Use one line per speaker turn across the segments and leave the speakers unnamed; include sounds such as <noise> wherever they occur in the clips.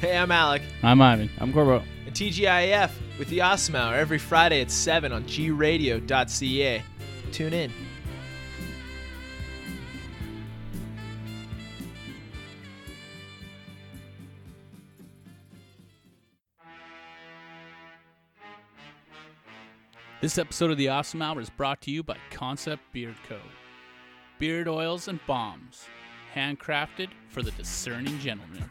Hey, I'm Alec.
I'm Ivan. I'm Corbo.
And TGIF with the Awesome Hour every Friday at 7 on gradio.ca. Tune in.
This episode of the Awesome Hour is brought to you by Concept Beard Co. Beard oils and bombs, handcrafted for the discerning gentleman.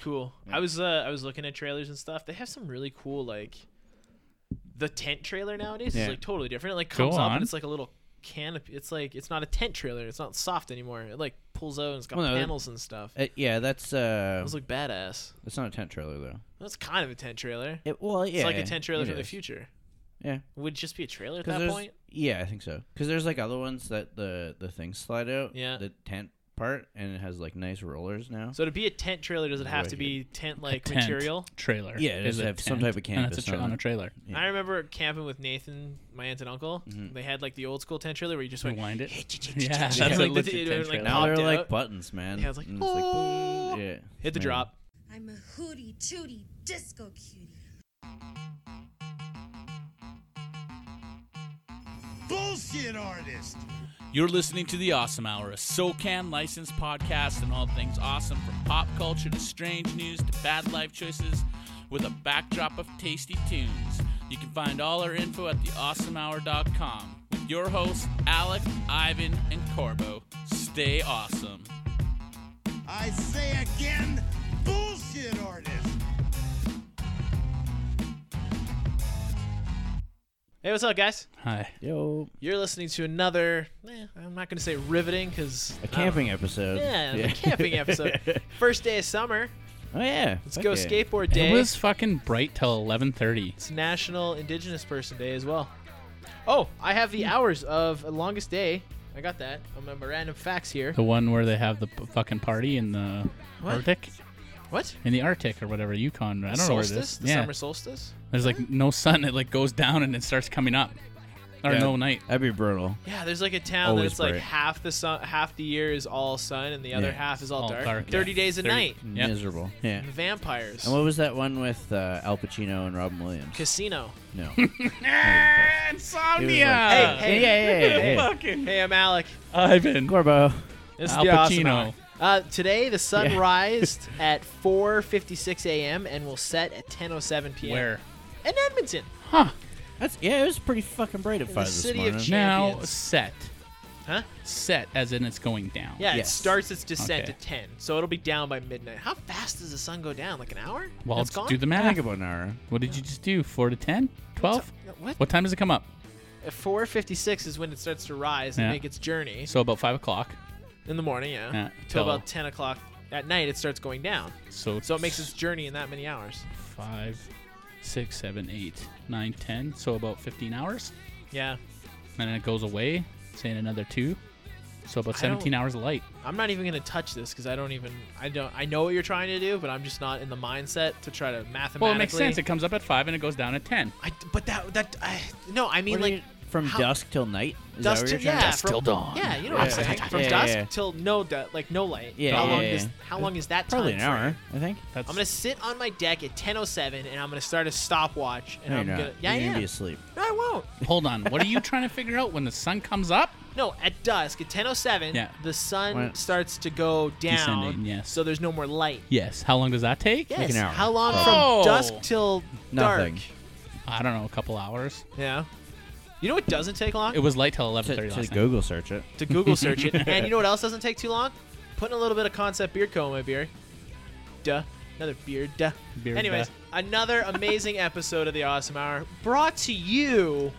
Cool. I was uh, I was looking at trailers and stuff. They have some really cool like the tent trailer nowadays
Yeah.
is like totally different. It like
Go
comes up
on.
and it's like a little canopy. It's like it's not a tent trailer. It's not soft anymore. It like pulls out and it's got
Well, no,
panels and stuff.
Uh, yeah, that's uh,
Those look badass.
that's not a tent trailer though.
That's kind of a tent trailer.
It well, yeah,
it's like a tent trailer
it
for the
is.
future.
Yeah,
Would it just be a trailer at
'Cause
that
there's-
point?
Yeah, I think so. Because there's like other ones that the the things slide out.
Yeah.
the tent part, and it has like nice rollers now.
So to be a tent trailer, does it have to
Right
be tent like
Tent
material?
trailer.
Yeah, it
is
does
a
have some
tent,
type of
And
canvas
it's a tra-
on
on
it.
a trailer.
Yeah.
I remember camping with Nathan, my aunt and uncle. They had like the old school tent trailer where you just went. <laughs>
Mm-hmm. Rewind
Yeah,
it. <laughs> yeah, that's
like
a
the-
legit
it
tent
would, like,
trailer.
now
popped
they're
it
like
out.
buttons, man.
Yeah, it's like,
And boom. yeah,
Hit the
man.
drop.
I'm a hootie tootie disco cutie.
bullshit artist.
You're listening to The Awesome Hour, a SoCan licensed podcast and all things awesome from pop culture to strange news to bad life choices with a backdrop of tasty tunes. You can find all our info at theawesomehour.com with your hosts, Alec, Ivan, and Corbo. Stay awesome.
I say again, bullshit artist.
Hey, what's up, guys?
Hi.
Yo,
You're listening to another. Eh, I'm not going to say riveting because
a camping episode.
Uh, Yeah, it's a camping episode.
<laughs>
First day of summer.
<laughs> oh yeah,
Let's
fuck
go
yeah.
skateboard day.
It was fucking bright till 11:30.
It's National Indigenous Person Day as well. Oh, I have the hours of longest day. I got that on my random facts here.
The one where they have the p- fucking party in the
What?
Arctic,
What?
in the Arctic or whatever Yukon. I don't know where it
solstice?
is.
The
yeah.
summer solstice?
There's like no sun. It like goes down and it starts coming up. Or
Yeah.
no night.
That'd be brutal.
Yeah, there's like a town
Always
that's like
bright.
half the sun, half the year is all sun, and the other
Yeah.
half is all,
All
dark.
dark,
Thirty
yeah.
days a
30.
night.
Yeah.
Miserable. Yeah.
And vampires.
And what was that one with uh, Al Pacino and Robin Williams?
Casino. <laughs>
No. It was like-
Hey,
yeah, yeah,
<laughs>
yeah, yeah, yeah.
fucking
Hey, I'm Alec.
Ivan.
Corbo.
This is
Al
the awesome
Pacino.
hour. Uh, today the sun
Yeah.
<laughs>
rised at 4:56 a.m. and will set at 10:07 p.m.
Where?
In Edmonton.
Huh?
That's yeah. It was pretty fucking bright at
the
five this
city of
morning.
Ch-
Now
Champions.
set,
Huh?
set as in it's going down.
Yeah,
Yes.
it starts its descent
Okay.
at 10, so it'll be down by midnight. How fast does the sun go down? Like an hour?
Well,
That's
let's
gone?
do the
I think
math.
about an hour.
What did you just do? Four to ten? Twelve?
What?
What time does it come up?
At 4:56 is when it starts to rise and
Yeah.
make its journey
So about five o'clock.
in the morning. Yeah.
Yeah,
Till
till-
about 10 o'clock at night, it starts going down.
So
So it makes its journey in that many hours.
five, six, seven, eight, nine, ten. So about fifteen hours.
Yeah.
And then it goes away. Say in another two. So about
I
seventeen
don't-
hours of light.
I'm not even gonna touch this because I don't even I don't I know what you're trying to do, but I'm just not in the mindset to try to mathematically.
Well, it makes sense. It comes up at five and it goes down at ten.
I, but that that I, no, I mean
What do
like
you- from
how-
dusk till night. Is
dusk
that what
to
you're trying
yeah,
to-
from,
till dawn.
Yeah, you know what I'm
Yeah.
saying.
<laughs>
From
Yeah,
dusk
yeah.
till no du- like no light.
Yeah,
how
yeah,
long
yeah.
is how long is that?
Probably an
time
hour,
frame?
I think.
That's
I'm gonna sit on my deck at 10:07 and I'm gonna start a stopwatch and
No,
I'm
you're
gonna
not.
yeah
you're
yeah
gonna be asleep.
no, I won't.
<laughs> Hold on. What are you trying to figure out when the sun comes up?
No, at dusk at 10:07
Yeah.
the sun
Right.
starts to go down.
Descending, yes.
So there's no more light.
Yes. How long does that take?
Yes.
an hour.
How long
Oh.
from dusk till
Nothing.
dark?
I don't know, a couple hours.
Yeah. You know what doesn't take long?
It was light till
To,
11:30
to
last night.
Google search it.
to Google search
<laughs>
it. And you know what else doesn't take too long? Putting a little bit of Concept Beard Co. in my beer. Duh. Another beard. Duh.
Beard,
Anyways,
duh.
another
<laughs>
amazing episode of The Awesome Hour brought to you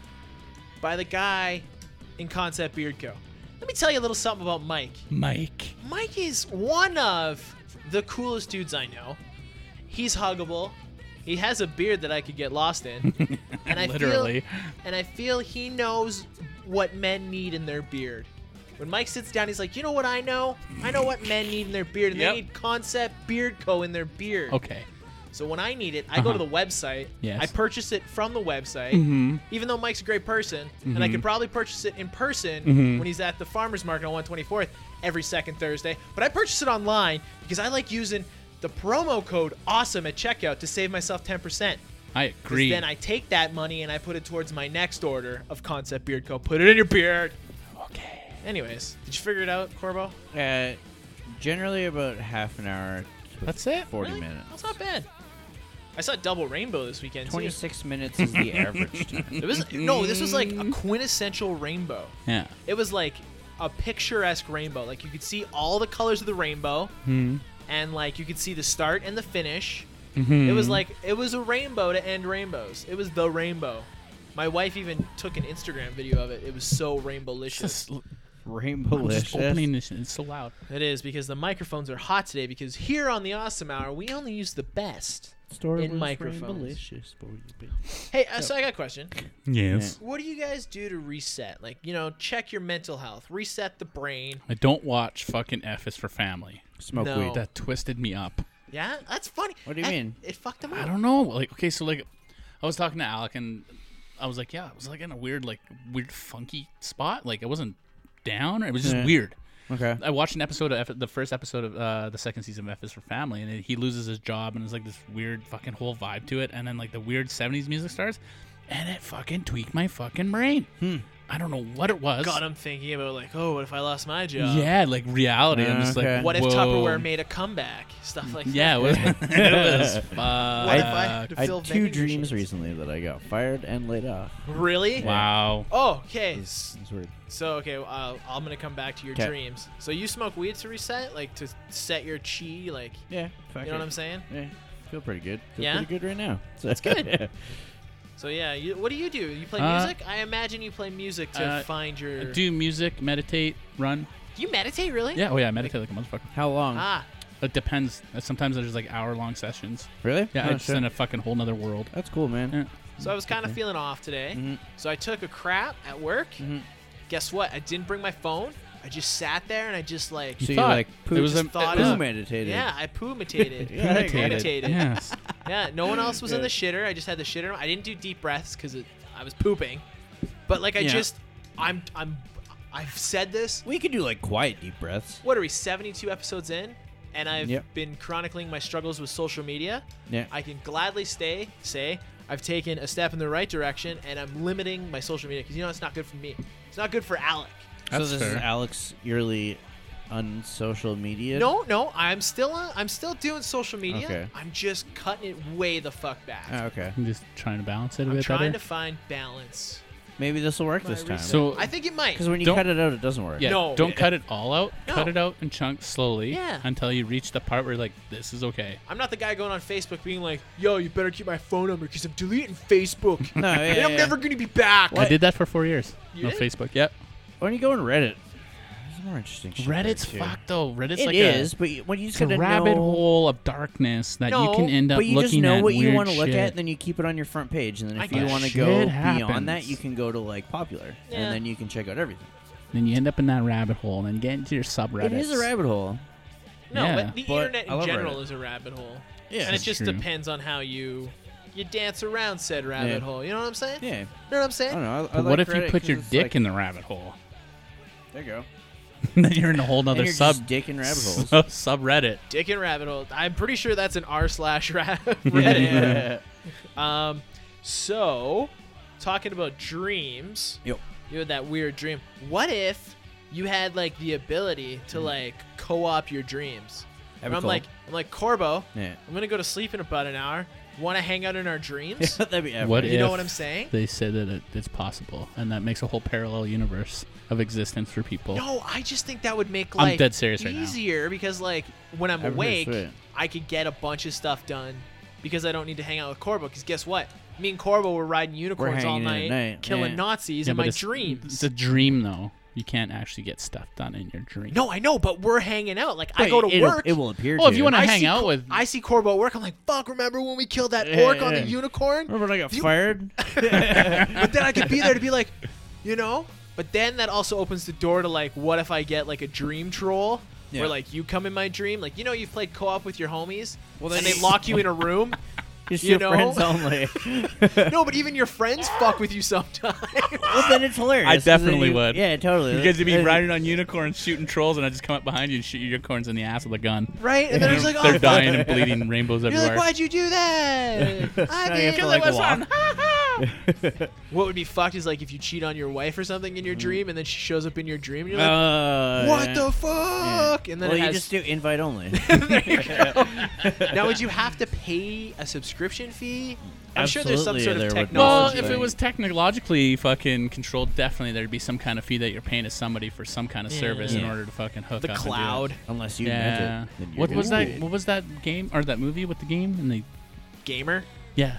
by the guy in Concept Beard Co. Let me tell you a little something about Mike.
Mike.
Mike is one of the coolest dudes I know. He's huggable. He has a beard that I could get lost
<laughs>
in. And I
Literally.
Feel, and I feel he knows what men need in their beard. When Mike sits down, he's like, "You know what I know? I know what men need in their beard, and
Yep.
they need Concept Beard Co. in their beard."
Okay. Uh-huh.
So when I need it, I go to the website.
Yes.
I purchase it from the website.
Mhm.
Even though Mike's a great person, and I
Mm-hmm.
could probably purchase it in person when he's at the farmers market on 124th every second Thursday, but I purchase it online because I like using the promo code awesome at checkout to save myself 10%.
I
'Cause
agree.
Then I take that money and I put it towards my next order of Concept Beard Co. Put it in your beard.
okay.
Anyways, did you figure it out, Corbo?
Uh, generally about half an hour. to
That's it?
Forty
Really?
minutes.
That's not bad. I saw Double Rainbow this weekend. too.
<laughs>
Twenty-six minutes is the average time.
It was no, this was like a quintessential rainbow.
Yeah.
It was like a picturesque rainbow. Like you could see all the colors of the rainbow,
Hmm.
and like you could see the start and the finish.
Mm-hmm.
It was like it was a rainbow to end rainbows. It was the rainbow. My wife even took an Instagram video of it. It was so rainbowlicious.
Just, l-
Rainbow
just opening this. It's so loud.
It is because the microphones are hot today. Because here on the Awesome Hour, we only use the best. in microphones. Hey, uh, so I got a question.
Yes.
What do you guys do to reset? Like, you know, check your mental health, reset the brain.
I don't watch fucking F is for Family.
Smoke
No.
weed.
That twisted me up.
Yeah, that's funny.
What do you
That-
mean?
It fucked him up.
I don't know. Like, okay, so like, I was talking to Alec and I was like, yeah, it was like in a weird, like, weird funky spot. Like, it wasn't down. It was just
Yeah.
weird.
Okay.
I watched an episode of F, the first episode of uh, the second season of F is for Family, and he loses his job, and it's like this weird fucking whole vibe to it, and then like the weird '70s music starts, and it fucking tweaked my fucking brain.
Hmm.
I don't know what it was.
God, I'm thinking about like, oh, what if I lost my job?
yeah, like reality. I'm just
uh, Okay.
like,
What if
whoa.
Tupperware
<laughs>
made a comeback? Stuff like
Yeah, it was. <laughs> it was fuck.
What if I had to
I
fill
had two
vending
dreams
machines?
recently that I got fired and laid off.
Really?
Wow.
Oh, okay.
It's, it's weird.
So, okay, uh, I'm gonna come back to your
'Kay.
dreams. So you smoke weed to reset, like to set your chi, like
Yeah.
you know what I'm saying?
Yeah. Feel pretty good. Feel
Yeah?
pretty good right now. <laughs> So,
That's good. So yeah, you, what do you do? You play
Uh,
music? I imagine you play music to
uh,
find your.
Do music, meditate, run.
you meditate really?
Yeah, oh yeah, I meditate like a motherfucker.
How long?
Ah,
It depends. Uh, Sometimes there's like hour long sessions.
really?
Yeah,
Oh,
I'm just
sure.
in a fucking whole nother world.
That's cool, man.
Yeah.
so I was kind of feeling off today.
Mm-hmm.
So I took a crap at work. Guess what? I didn't bring my phone. I just sat there and I just like.
So you
thought.
like
It was
pooped-
a-
<laughs> thought
poo
up.
meditated.
Yeah, I
<laughs>
poo-mitated.
Yeah, I
I
get it.
poo-mitated. Yeah.
Yes.
no one else was in the shitter. I just had the shitter. I didn't do deep breaths because I was pooping. But like I
Yeah.
just, I'm, I'm, I've said this.
We could do like quiet deep breaths.
What are we? 72 episodes in, and I've
Yep.
been chronicling my struggles with social media.
Yeah.
I can gladly stay say I've taken a step in the right direction, and I'm limiting my social media because you know it's not good for me. It's not good for Alec.
so
That's
this is
fair.
Alex Yearly on social media.
No, no, I'm still on, I'm still doing social media.
Okay.
I'm just cutting it way the fuck back.
Oh, okay.
I'm just trying to balance it a
I'm
bit
trying
better.
to find balance.
Maybe this will work
My
this time.
reset.
So-
I think it might.
because when you
Don't-
cut it out, it doesn't work.
yeah,
No.
don't cut it all out.
No.
Cut it out in chunks slowly
Yeah.
until you reach the part where you're like this is okay.
I'm not the guy going on Facebook being like, "Yo, you better keep my phone number because I'm deleting Facebook.
<laughs> No. Yeah,
and I'm
yeah.
never gonna be back."
I did that for 4 years.
You
no
did?
Facebook. Yep.
Why don't you go on Reddit? There's more interesting shit. there,
Reddit's
too.
fucked though. Reddit's
It
like
is,
a
but you, when you just
it's a
gotta
rabbit
know,
hole of darkness that
No,
you can end up
but you
looking
just know
at
what you
want
want to look at, then you keep it on your front page, and then
I
if
guess.
you want to
Shit
go
happens.
beyond that, you can go to like popular,
Yeah.
and then you can check out everything.
then you end up in that rabbit hole and then get into your subreddits.
It is a rabbit hole.
No,
Yeah,
but the
but
internet
I
in
love
general
Reddit.
is a rabbit hole.
Yeah,
and it
that's
just
true.
depends on how you you dance around said rabbit
Yeah.
hole. You know what I'm saying? You
Yeah,
know what I'm
I
saying?
don't know. I, I
But
like
what if
Reddit
you put
'cause
your
it's
dick
like-
in the rabbit hole? <laughs>
There you go.
then you're in a whole
And
nother
you're
sub
just dick in rabbit holes.
<laughs> sub- subreddit.
Dick and rabbit hole. I'm pretty sure that's an r slash
<laughs>
ra- <laughs> Reddit.
<laughs> yeah.
um, so talking about dreams,
Yo. <laughs>
you had that weird dream. What if you had like the ability to like co-op your dreams?
Mm.
Where
That'd be
I'm
cool.
like I'm like Corbo.
Yeah.
I'm gonna go to sleep in about an hour. Want to hang out in our
<laughs>
dreams?
That'd be epic.
What
You know
if
what I'm saying?
They said that it, it's possible, and that makes a whole parallel universe of existence for people.
No, I just think that would make
I'm
life
dead serious right now.
easier because like when I'm awake,
Everything's sweet.
I could get a bunch of stuff done because I don't need to hang out with Corbo. Because guess what? Me and Corbo were riding unicorns all
hanging out
night,
at night,
killing
yeah.
Nazis
Yeah,
in
but
my
it's-
dreams.
It's a dream, though. You can't actually get stuff done in your dream.
no, I know, but we're hanging out. Like I
Wait,
go to
it'll-
work.
It will appear.
Well, if you
to.
wanna
I
hang
see
out
Cor-
with-
I see Corbo at work. I'm like, fuck. Remember when we killed that
Yeah,
orc on
yeah.
the unicorn?
Remember when I got
Do you-
<laughs> fired?
but then I could be there to be like, you know. But then that also opens the door to like, what if I get like a dream troll
Yeah.
where like you come in my dream, like you know you've played co-op with your homies,
Well,
and
then
they
you-
lock you in a
<laughs>
room.
Just
You
your
know?
friends only.
no, but even your friends fuck with you sometimes.
<laughs> well, then it's hilarious.
I
'cause then
definitely
you-
would.
Yeah, totally.
You
uh,
guys would be
Then-
riding on unicorns, shooting trolls, and I just come up behind you and shoot your unicorns in the ass with a gun.
<laughs> right? And then I was like, oh,
they're
fuck.
dying
<laughs>
and bleeding, rainbows
You're
everywhere.
like, why'd you do
<laughs>
that? I
Now you
did.
have to,
You're
like,
like, "What's
walk."
wrong?" <laughs> what would be fucked is like if you cheat on your wife or something in your dream, and then she shows up in your dream, and you're like,
Uh,
what
Mm. yeah.
the fuck? And then
well,
it
you
has
just do
<laughs>
invite only.
there you go. now, would you have to pay a subscription fee? I'm sure there's some
Absolutely,
sort
there
of
would be.
well,
technology.
if it
thing.
was technologically fucking controlled, definitely there'd be some kind of fee that you're paying to somebody for some kind of service in
Yeah.
order to fucking hook
the
up and do it.
cloud
Unless you
Yeah.
invent it. then you're
What
gonna
was
do
that?
it.
What was that game or that movie with the game and the?
gamer
Yeah.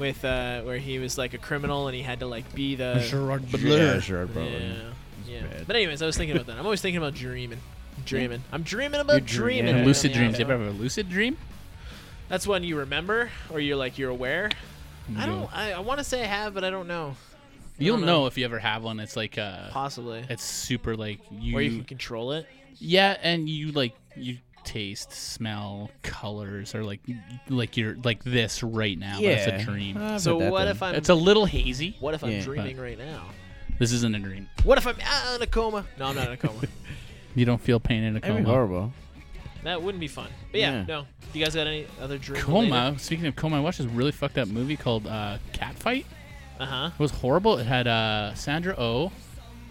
with uh, where he was like a criminal and he had to like be the
Gerard
Yeah, Gerard
yeah,
Butler.
yeah.
bad.
But anyways, I was thinking about that. I'm always thinking about dreaming. Dreaming. I'm dreaming about
dream-
dreaming.
yeah.
man.
Lucid
Yeah.
dreams. You ever have a lucid dream?
That's when you remember or you're like you're aware. I
No.
don't. I, I want to say I have, but I don't know.
You'll
don't
know.
know.
if you ever have one. It's like uh,
Possibly.
it's super like you.
Where you can control it.
Yeah, and you like you taste, smell, colors, or like like you're like this right now. but it's
Yeah.
a dream.
I've
So
had that
what
done.
if I'm?
It's a little hazy.
what if I'm
Yeah, but-
dreaming right now?
This isn't a dream.
What if I'm out in a coma? No, I'm not in a coma.
You don't feel pain in a
That'd be
coma.
horrible.
that wouldn't be fun. But yeah,
Yeah.
no. You guys got any other dream?
Coma. Speaking of coma, I watched this really fucked up movie called uh, Catfight.
Uh huh.
It was horrible. It had uh, Sandra Oh.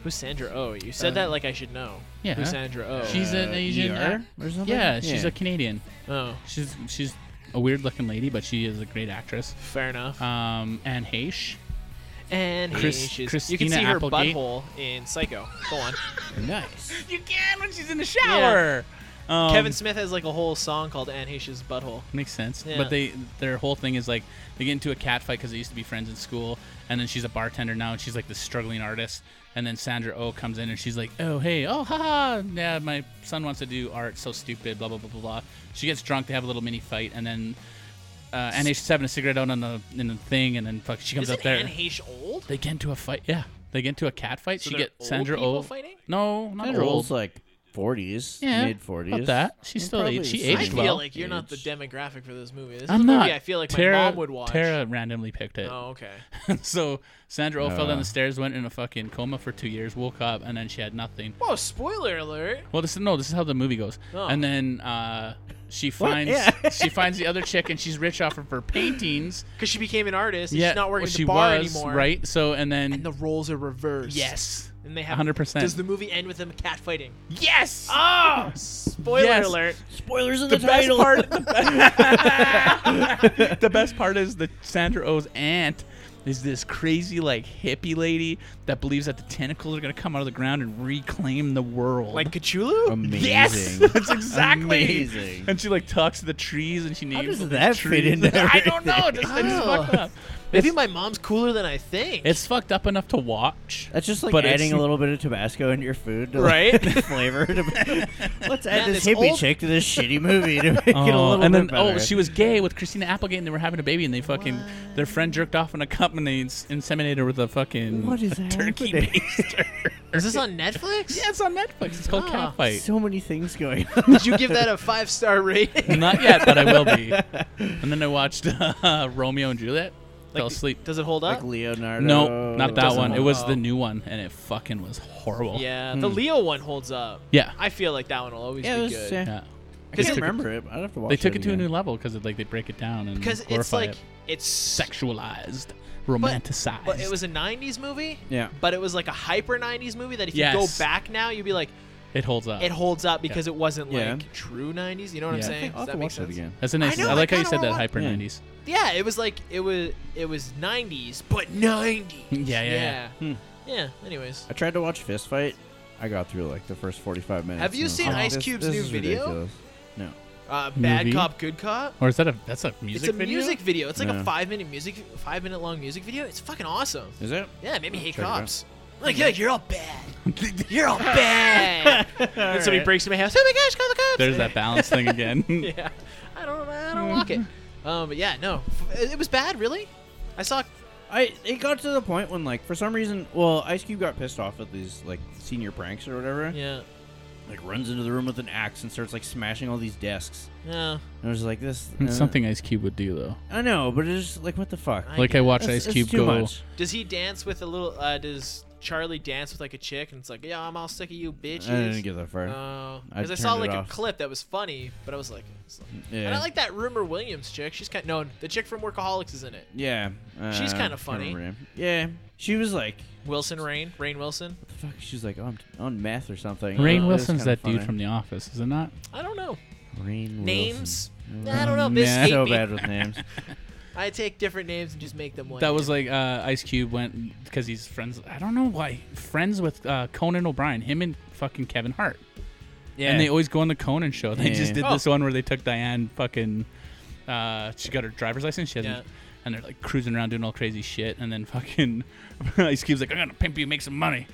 Who's Sandra Oh? You said that like I should know.
Uh, yeah.
Who's Sandra Oh?
She's an
Uh,
Asian.
ER
act-
or something?
Yeah, she's
Yeah.
a Canadian.
oh,
She's she's a weird looking lady, but she is a great actress.
fair enough.
Um, Anne Heche.
and
Chris-
she's, you can
Christina
see her
Applegate.
butthole in Psycho. Go
<laughs>
on.
Nice.
You can when she's in the
shower.
Um,
Kevin Smith has like a whole song called Anne Heche's Butthole.
Makes sense.
Yeah.
But they their whole thing is like they get into a cat fight because they used to be friends in school, and then she's a bartender now, and she's like this struggling artist. And then Sandra Oh comes in, and she's like, "Oh hey, oh haha, yeah, my son wants to do art, so stupid, blah blah blah blah blah." She gets drunk, they have a little mini fight, and then uh, Anne Heche's having a cigarette out on the in the thing, and then fuck, she comes
Isn't
up there.
Anne Heche old?
they get into a fight. Yeah, they get into a cat fight.
So
she
they're
get
old
Sandra
people
Oh.
fighting?
No, not
Sandra
old.
Oll's like 40s,
Yeah,
mid 40s.
about that. She's still
probably
age- she
the
aged
I
same.
feel
well.
like you're not the
Age.
demographic for this movie. This is
I'm
a
not.
movie I feel like
Tara,
my mom would watch.
Tara randomly picked it.
Oh, okay.
<laughs> so Sandra Oh fell down
Uh.
the stairs, went in a fucking coma for two years, woke up, and then she had nothing.
Whoa, spoiler alert.
Well, this is no, this is how the movie goes.
Oh.
And then uh, she finds <laughs>
Yeah.
she finds the other chick, and she's rich off of her paintings.
Because she became an artist. And
Yeah,
she's not working
well,
at
she
the bar
was,
anymore.
right? So and then
And the roles are reversed.
yes,
And they have
100%.
Does the movie end with them catfighting?
yes.
Oh, spoiler
Yes.
alert.
Spoilers in
the
the,
best
title. <laughs>
part. the best part is that Sandra O's aunt is this crazy like hippie lady that believes that the tentacles are gonna come out of the ground and reclaim the world.
Um,
Like Cthulhu?
Amazing.
yes, <laughs> that's exactly.
Amazing.
And she like talks to the trees and she names
does
all these
that fit
trees.
into
<laughs> I don't know. It just, it just
Oh.
fucked up.
Maybe my mom's cooler than I think.
It's fucked up enough to watch.
<laughs> That's just like
But it's-
adding a little bit of Tabasco into your food, to
Right?
Like <laughs> the
<laughs>
flavor. To, let's add
Man, this
this hippie
old-
chick to this shitty movie to make it a
Oh,
little
and
bit
then
better.
oh she was gay with Christina Applegate and they were having a baby and they fucking their friend jerked off in a cup and they ins- inseminated her with a fucking
What is
a turkey
happening? <laughs>
baster.
Is this on Netflix?
yeah, it's on Netflix. It's called
Ah,
Catfight.
so many things going on.
<laughs>
Did you give that a five star
<laughs>
rating?
Not yet, but I will be. And then I watched <laughs> uh, Romeo and Juliet. fell asleep.
Does it hold up?
Like Leonardo.
No, not that
doesn't
one. It
want-
was
Oh.
the new one, and it fucking was horrible.
yeah, the Leo one holds up.
Yeah.
I feel like that one will always
Hmm. Yeah,
be
it was,
good.
yeah.
Yeah.
Oh,
I
They
can't
took it-
remember it. but I'd have to watch
They took it to a new
again.
level because like they break it down and
Because it's
glorify
like
it.
it's
sexualized, romanticized.
But it was a '90s movie.
Yeah.
But it was like a hyper '90s movie that if you go
Yes.
back now, you'd be like,
It holds up.
it holds up because it wasn't
Yeah.
like true '90s. You know what I'm
Yeah. I
saying?
I'll have
Does
to
that make
watch
sense?
that again.
That's a nice.
I know,
I, like
I
how you
kinda
said that
wa-
hyper
Yeah.
nineties.
Yeah, it was like it was it was '90s, but '90s.
Yeah, yeah, yeah.
<laughs> yeah.
Hmm.
Yeah, Anyways,
I tried to watch Fist Fight. I got through like the first 45 minutes.
Have you
and I was
seen
like, "Oh,
Ice
this-
Cube's
this
new
is
video?
ridiculous. No.
uh, bad
Movie?
cop, good cop.
Or is that a that's a music
it's a
video?
music video. It's like a
Yeah.
five minute music, five minute long music video. It's fucking awesome.
Is it?
Yeah, it made me hate
Check it out.
cops. Like, yeah, you're all <laughs> bad. You're all bad. <laughs> and somebody breaks into my house. Oh my gosh, call the cops.
There's that balance thing again.
<laughs> yeah, I don't, I don't like it. Um, but yeah, no, F- it it was bad. Really, I saw.
I it got to the point when like for some reason well Ice Cube got pissed off at these like senior pranks or whatever
Yeah,
like runs into the room with an axe and starts like smashing all these desks.
Yeah.
And I was like, this.
<laughs> It's
uh,
something Ice Cube would do though.
I know, but it's just like what the fuck.
I
Like I
guess.
watched
That's-
Ice
that's
Cube
too
go.
much.
Does he dance with a little? uh Does Charlie dance with like a chick? And it's like, yeah, I'm all sick of you bitches.
I didn't get that far.
Oh,
I
because I, saw
turned it
like a
off.
clip that was funny, but I was like, it's like-
yeah.
and I like that Rumor Williams chick. She's kind. No, the chick from Workaholics is in it.
Yeah.
She's kinda
uh, can't
funny.
remember her name. Yeah. She was like,
Wilson Rain, Rain Wilson.
what the fuck? She's like, oh, I'm on meth or something.
Rain
It was
Wilson's
kinda
that dude
funny.
from The Office, is it not?
I don't know
Rain Wilson.
names.
Mm.
Mm, I don't know. This
Nah.
hate
So
me.
bad with <laughs> names.
I take different names and just make them one.
That was like uh, Ice Cube went because he's friends. I don't know why friends with uh, Conan O'Brien, him and fucking Kevin Hart,
Yeah.
and they always go on the Conan show. They just
Yeah.
did this one where they took Diane fucking. Uh, she got her driver's license. She hasn't,
Yeah.
and they're like cruising around doing all crazy shit, and then fucking <laughs> Ice Cube's like, "I'm gonna pimp you, make some money."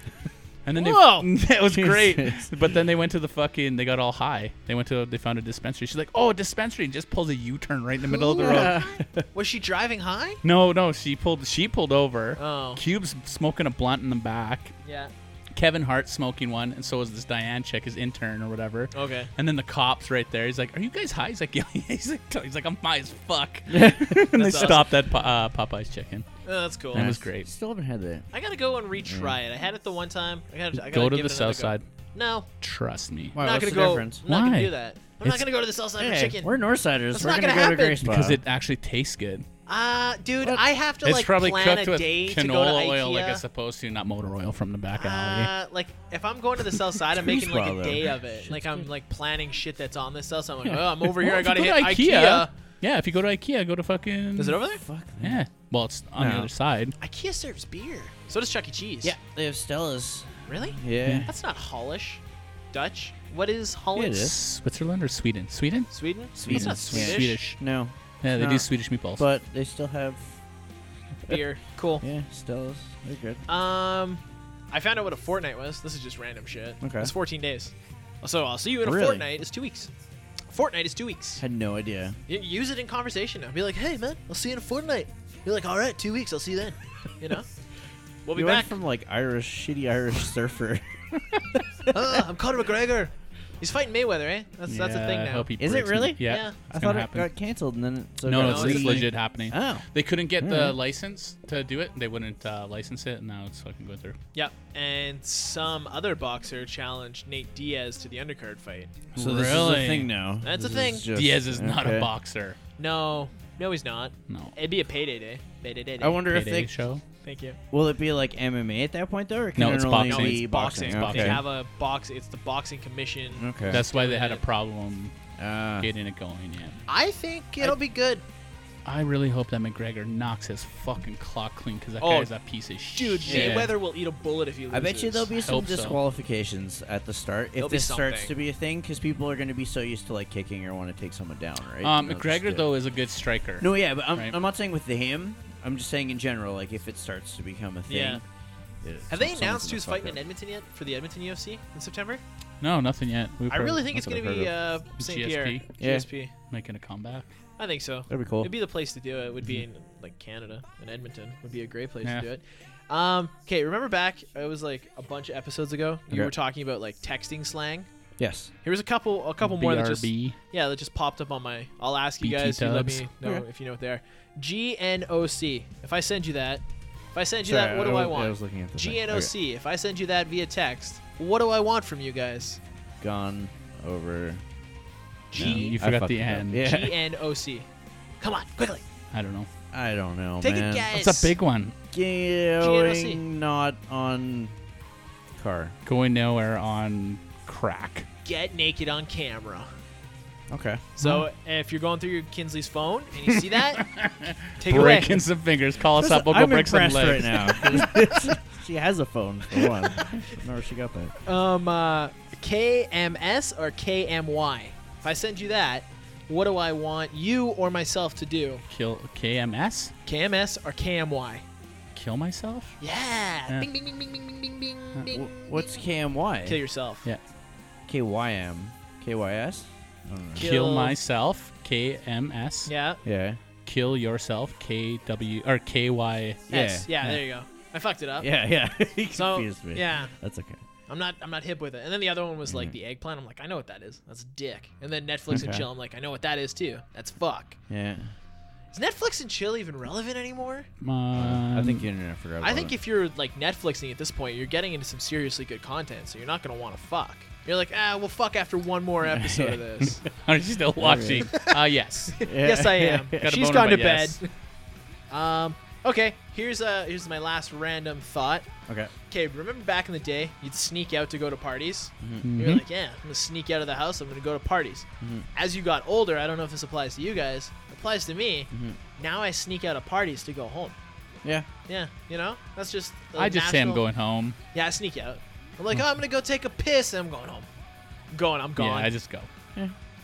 And then
Whoa!
they, <laughs> that was great.
Jesus.
But then they went to the fucking. They got all high. They went to. They found a dispensary. She's like, "Oh, a dispensary!" And just pulls a U-turn right in the middle of the road.
<laughs> oh,
Was she driving high?
No, no, she pulled she pulled over.
Oh.
Cube's smoking a blunt in the back.
Yeah.
Kevin Hart's smoking one, and so is this Diane chick, his intern or whatever.
Okay.
And then the cops right there. He's like, "Are you guys high?" He's like, <laughs> "Yeah." He's like, "He's like, I'm high as fuck." <laughs> and they
awesome.
stopped <laughs> that po- uh, Popeye's chicken.
Oh, that's cool.
That was great.
Still haven't had that.
I gotta go and retry it. I had it the one time. I gotta, I gotta
Go to
give
the
it another
south
go.
side.
No,
Trust me,
Why?
I'm not
what's
gonna
the
go.
difference?
I'm not gonna
Why?
do that. I'm not
It's-
gonna go to the south side for
Hey,
chicken.
we're Northsiders.
That's
we're
not
gonna,
gonna
go to
happen.
Gray Spot.
because it actually tastes good.
Uh, dude, I have to
it's
like
probably
plan
cooked
a
with
day to go to
canola oil,
IKEA.
like it's supposed to, not motor oil from the back alley.
Uh, like if I'm going to the south side, I'm making like
Greaseball,
a
though.
day of it. Like I'm like planning shit that's on this south side. I'm like, <laughs> oh, I'm over here.
Well,
I
if
gotta
you
hit
go to Mm-hmm.
IKEA.
Yeah, if you go to IKEA, go to fucking.
Is it over there?
Fuck.
Yeah. Well, it's on the
No.
other side.
IKEA serves beer. So does Chuck E. Cheese.
Yeah, they have Stella's.
Really?
Yeah.
That's not Hollish. Dutch. What is Holland?
It is.
Switzerland or Sweden? Sweden?
Sweden.
Sweden.
That's not
Sweden.
Swedish.
No,
Yeah, they do
Nah.
Swedish meatballs.
but they still have.
Beer. Cool.
Yeah, Stella's. They're good.
Um, I found out what a fortnight was. This is just random shit.
Okay.
It's 14 days. So I'll see you in a
Really?
fortnight. It's two weeks. Fortnight is two weeks.
Had no idea.
Y- use it in conversation now. Be like, hey man, I'll see you in a fortnight. You're like, all right, two weeks. I'll see you then. You
<laughs>
know. We'll be
you
back. <laughs>
went from like Irish, shitty Irish surfer.
Uh, I'm Conor McGregor. He's fighting Mayweather, eh? That's that's a thing
Yeah, I
now.
hope he
Is it
breaks
really?
me. Yeah.
Yeah.
It's
I
gonna
thought it
happen.
got canceled and then so
no,
got
it's,
No,
it's
it's
deleted.
legit happening.
Oh.
They couldn't get the
Alright.
license to do it. They wouldn't uh, license it, and now it's fucking going through.
Yep. And some other boxer challenged Nate Diaz to the undercard fight.
So this is
Really?
a thing now.
That's a
This
thing.
just-
Diaz is not a
okay.
boxer.
No, no, he's not.
No.
It'd be a payday day. Payday day.
I wonder if
Payday
they
show.
Thank you.
will it be like MMA at that point though, or can
No,
it
it's
only
boxing.
No,
It'd
be
it's boxing.
Okay. Mm-hmm.
They have a box. It's the boxing commission.
okay.
That's why they
doing
had a
it.
problem
Ah.
getting it going. Yeah.
I think it'll be good.
I really hope that McGregor knocks his fucking clock clean because that
Oh,
guy is a piece of
Dude,
shit.
Mayweather will eat a bullet if he loses.
I bet you there'll be some
hope so.
disqualifications at the start if
There'll be
this starts
something.
to be a thing because people are going to be so used to like kicking or want to take someone down, right?
Um,
They'll just do
McGregor
it.
though is a good striker.
No, yeah, but I'm,
Right.
I'm not saying with the him. I'm just saying in general, like if it starts to become a thing.
Yeah.
it-
Have they
someone's
announced
gonna
who's
fuck
fighting
up.
in Edmonton yet for the Edmonton UFC in September?
No, nothing yet. We've
I
heard-
really think it's
that's
going
what
to be
I've heard of.
uh, St. Pierre.
GSP?
Yeah.
GSP.
making a comeback.
I think so.
That'd be cool.
It'd be the place to do it. Would be in like Canada and Edmonton would be a great place
Yeah.
to do it. Um, okay, remember back? It was like a bunch of episodes ago. You
Okay.
were talking about like texting slang.
yes.
Here was a couple, a couple more that just
BRB.
yeah that just popped up on my. I'll ask you
BT
guys. You let
tubs.
me know
Okay.
if you know what they are. G N O C. If I send you that, if I send you that, what do I,
was- I
want?
was looking at the thing.
G N O C. If I send you that via text, what do I want from you
<laughs>
guys?
Okay. Gone over.
Yeah, you
G
I
forgot
fucked
the
it up.
end.
G
Yeah.
N O C. Come on, quickly.
I don't know.
I don't know,
Take
man.
it, guys.
It's a big one.
GNOC.
Going not on car.
Going nowhere on crack.
Get naked on camera.
Okay.
So
Hmm.
if you're going through your Kinsley's phone and you see
<laughs>
that, take it away.
Breaking some fingers. Call us up. We'll go
I'm
break some
impressed
legs.
right <laughs> now. she has a phone for one. I don't know where she got that.
Um, uh, KMS or KMY. If I send you that, what do I want you or myself to do?
Kill KMS.
KMS or KMY?
Kill myself.
Yeah.
Yeah.
Bing, bing, bing, bing, bing, bing, bing, bing.
Wh- What's
Kill
KMY?
yourself.
Yeah.
KYM. KYS? I don't know.
Kill,
Kill-
myself. KMS.
Yeah.
Yeah.
Kill yourself. KW or KY.
S.
Yeah.
Yeah, There you go. I fucked it up.
<laughs> Yeah, <laughs> yeah. He
So
confused me.
yeah.
That's okay.
I'm not I'm not hip with it. And then the other one was like the eggplant. I'm like, I know what that is. That's dick. And then Netflix and
Okay.
chill. I'm like, I know what that is too. That's fuck.
Yeah.
Is Netflix and chill even relevant anymore?
I think the internet forgot.
I
about
think
it.
if you're like Netflixing at this point, you're getting into some seriously good content, so you're not gonna want to fuck. You're like, ah, we'll fuck after one more episode of this.
<laughs> Are you still watching? Uh, yes.
yes,
<laughs>
I
<laughs>
am.
Got
a
She's
boner,
gone to
but yes.
bed. um, okay, here's uh here's my last random thought.
Okay.
Okay, remember back in the day, you'd sneak out to go to parties.
Mm-hmm.
You're like, yeah, I'm gonna sneak out of the house. I'm gonna go to parties. As you got older, I don't know if this applies to you guys. It applies to me.
Mm-hmm.
Now I sneak out of parties to go home.
Yeah.
Yeah, you know, that's just. a
I just say I'm
national-
going home.
Yeah, I sneak out. I'm like, oh, I'm gonna go take a piss, and I'm going home. I'm going, I'm gone.
Yeah, I just go.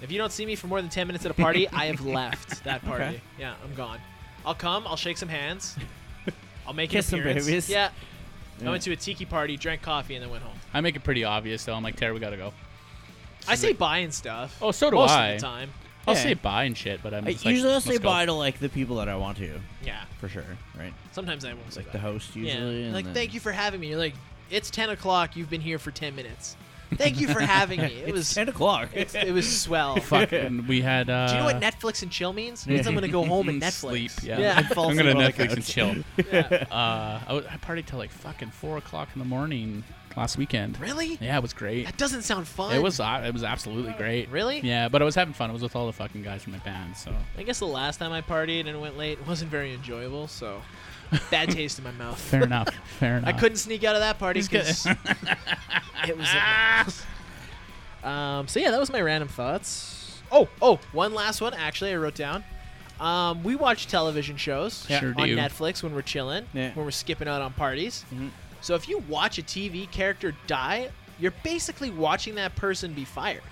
If you don't see me for more than 10 minutes at a party, I
<laughs>
have left that party.
Okay.
Yeah, I'm gone. I'll come, I'll shake some hands, I'll make
Kiss
an
some
appearance.
babies.
Yeah. I went to a tiki party, drank coffee, and then went home.
I make it pretty obvious, though. I'm like, Tara, we gotta go.
I say bye and stuff.
Oh, so do
most
I.
of the time.
I'll
Yeah.
say bye and shit, but I'm
I
just like,
usually I'll say
"Let's go."
bye to like the people that I want to,
Yeah.
for sure. Right.
Sometimes I won't say
Like
bye.
the host
yeah.
usually. and
like,
then-
thank you for having me. You're like, it's 10 o'clock. You've been here for 10 minutes. Thank you for having
<laughs>
me. It
It's
was
ten o'clock.
<laughs> it's, it was
<laughs>
swell.
Fuck. and we had. Uh,
Do you know what Netflix and chill means? It means I'm gonna go home
<laughs>
and
Mm,
Netflix.
Sleep. Yeah.
yeah.
<laughs>
fall
I'm gonna
asleep on the
Netflix and
couch.
chill.
Yeah.
Uh, I, w- I partied till like fucking four o'clock in the morning last weekend.
Really?
Yeah, it was great.
That doesn't sound fun.
It was uh, it was absolutely great.
Really?
Yeah, but I was having fun. It was with all the fucking guys from my band. So
I guess the last time I partied and went late it wasn't very enjoyable, so bad taste in my mouth. <laughs>
fair enough. Fair enough.
I couldn't sneak out of that party
Just kidding. <laughs>
'cause it was. at my house. um, so yeah, that was my random thoughts. Oh, oh, one last one actually I wrote down. Um, we watch television shows
Yeah. Sure
on
do. Mm-hmm.
Netflix when we're chilling,
Yeah.
when we're skipping out on parties. So if you watch a TV character die, you're basically watching that person be fired.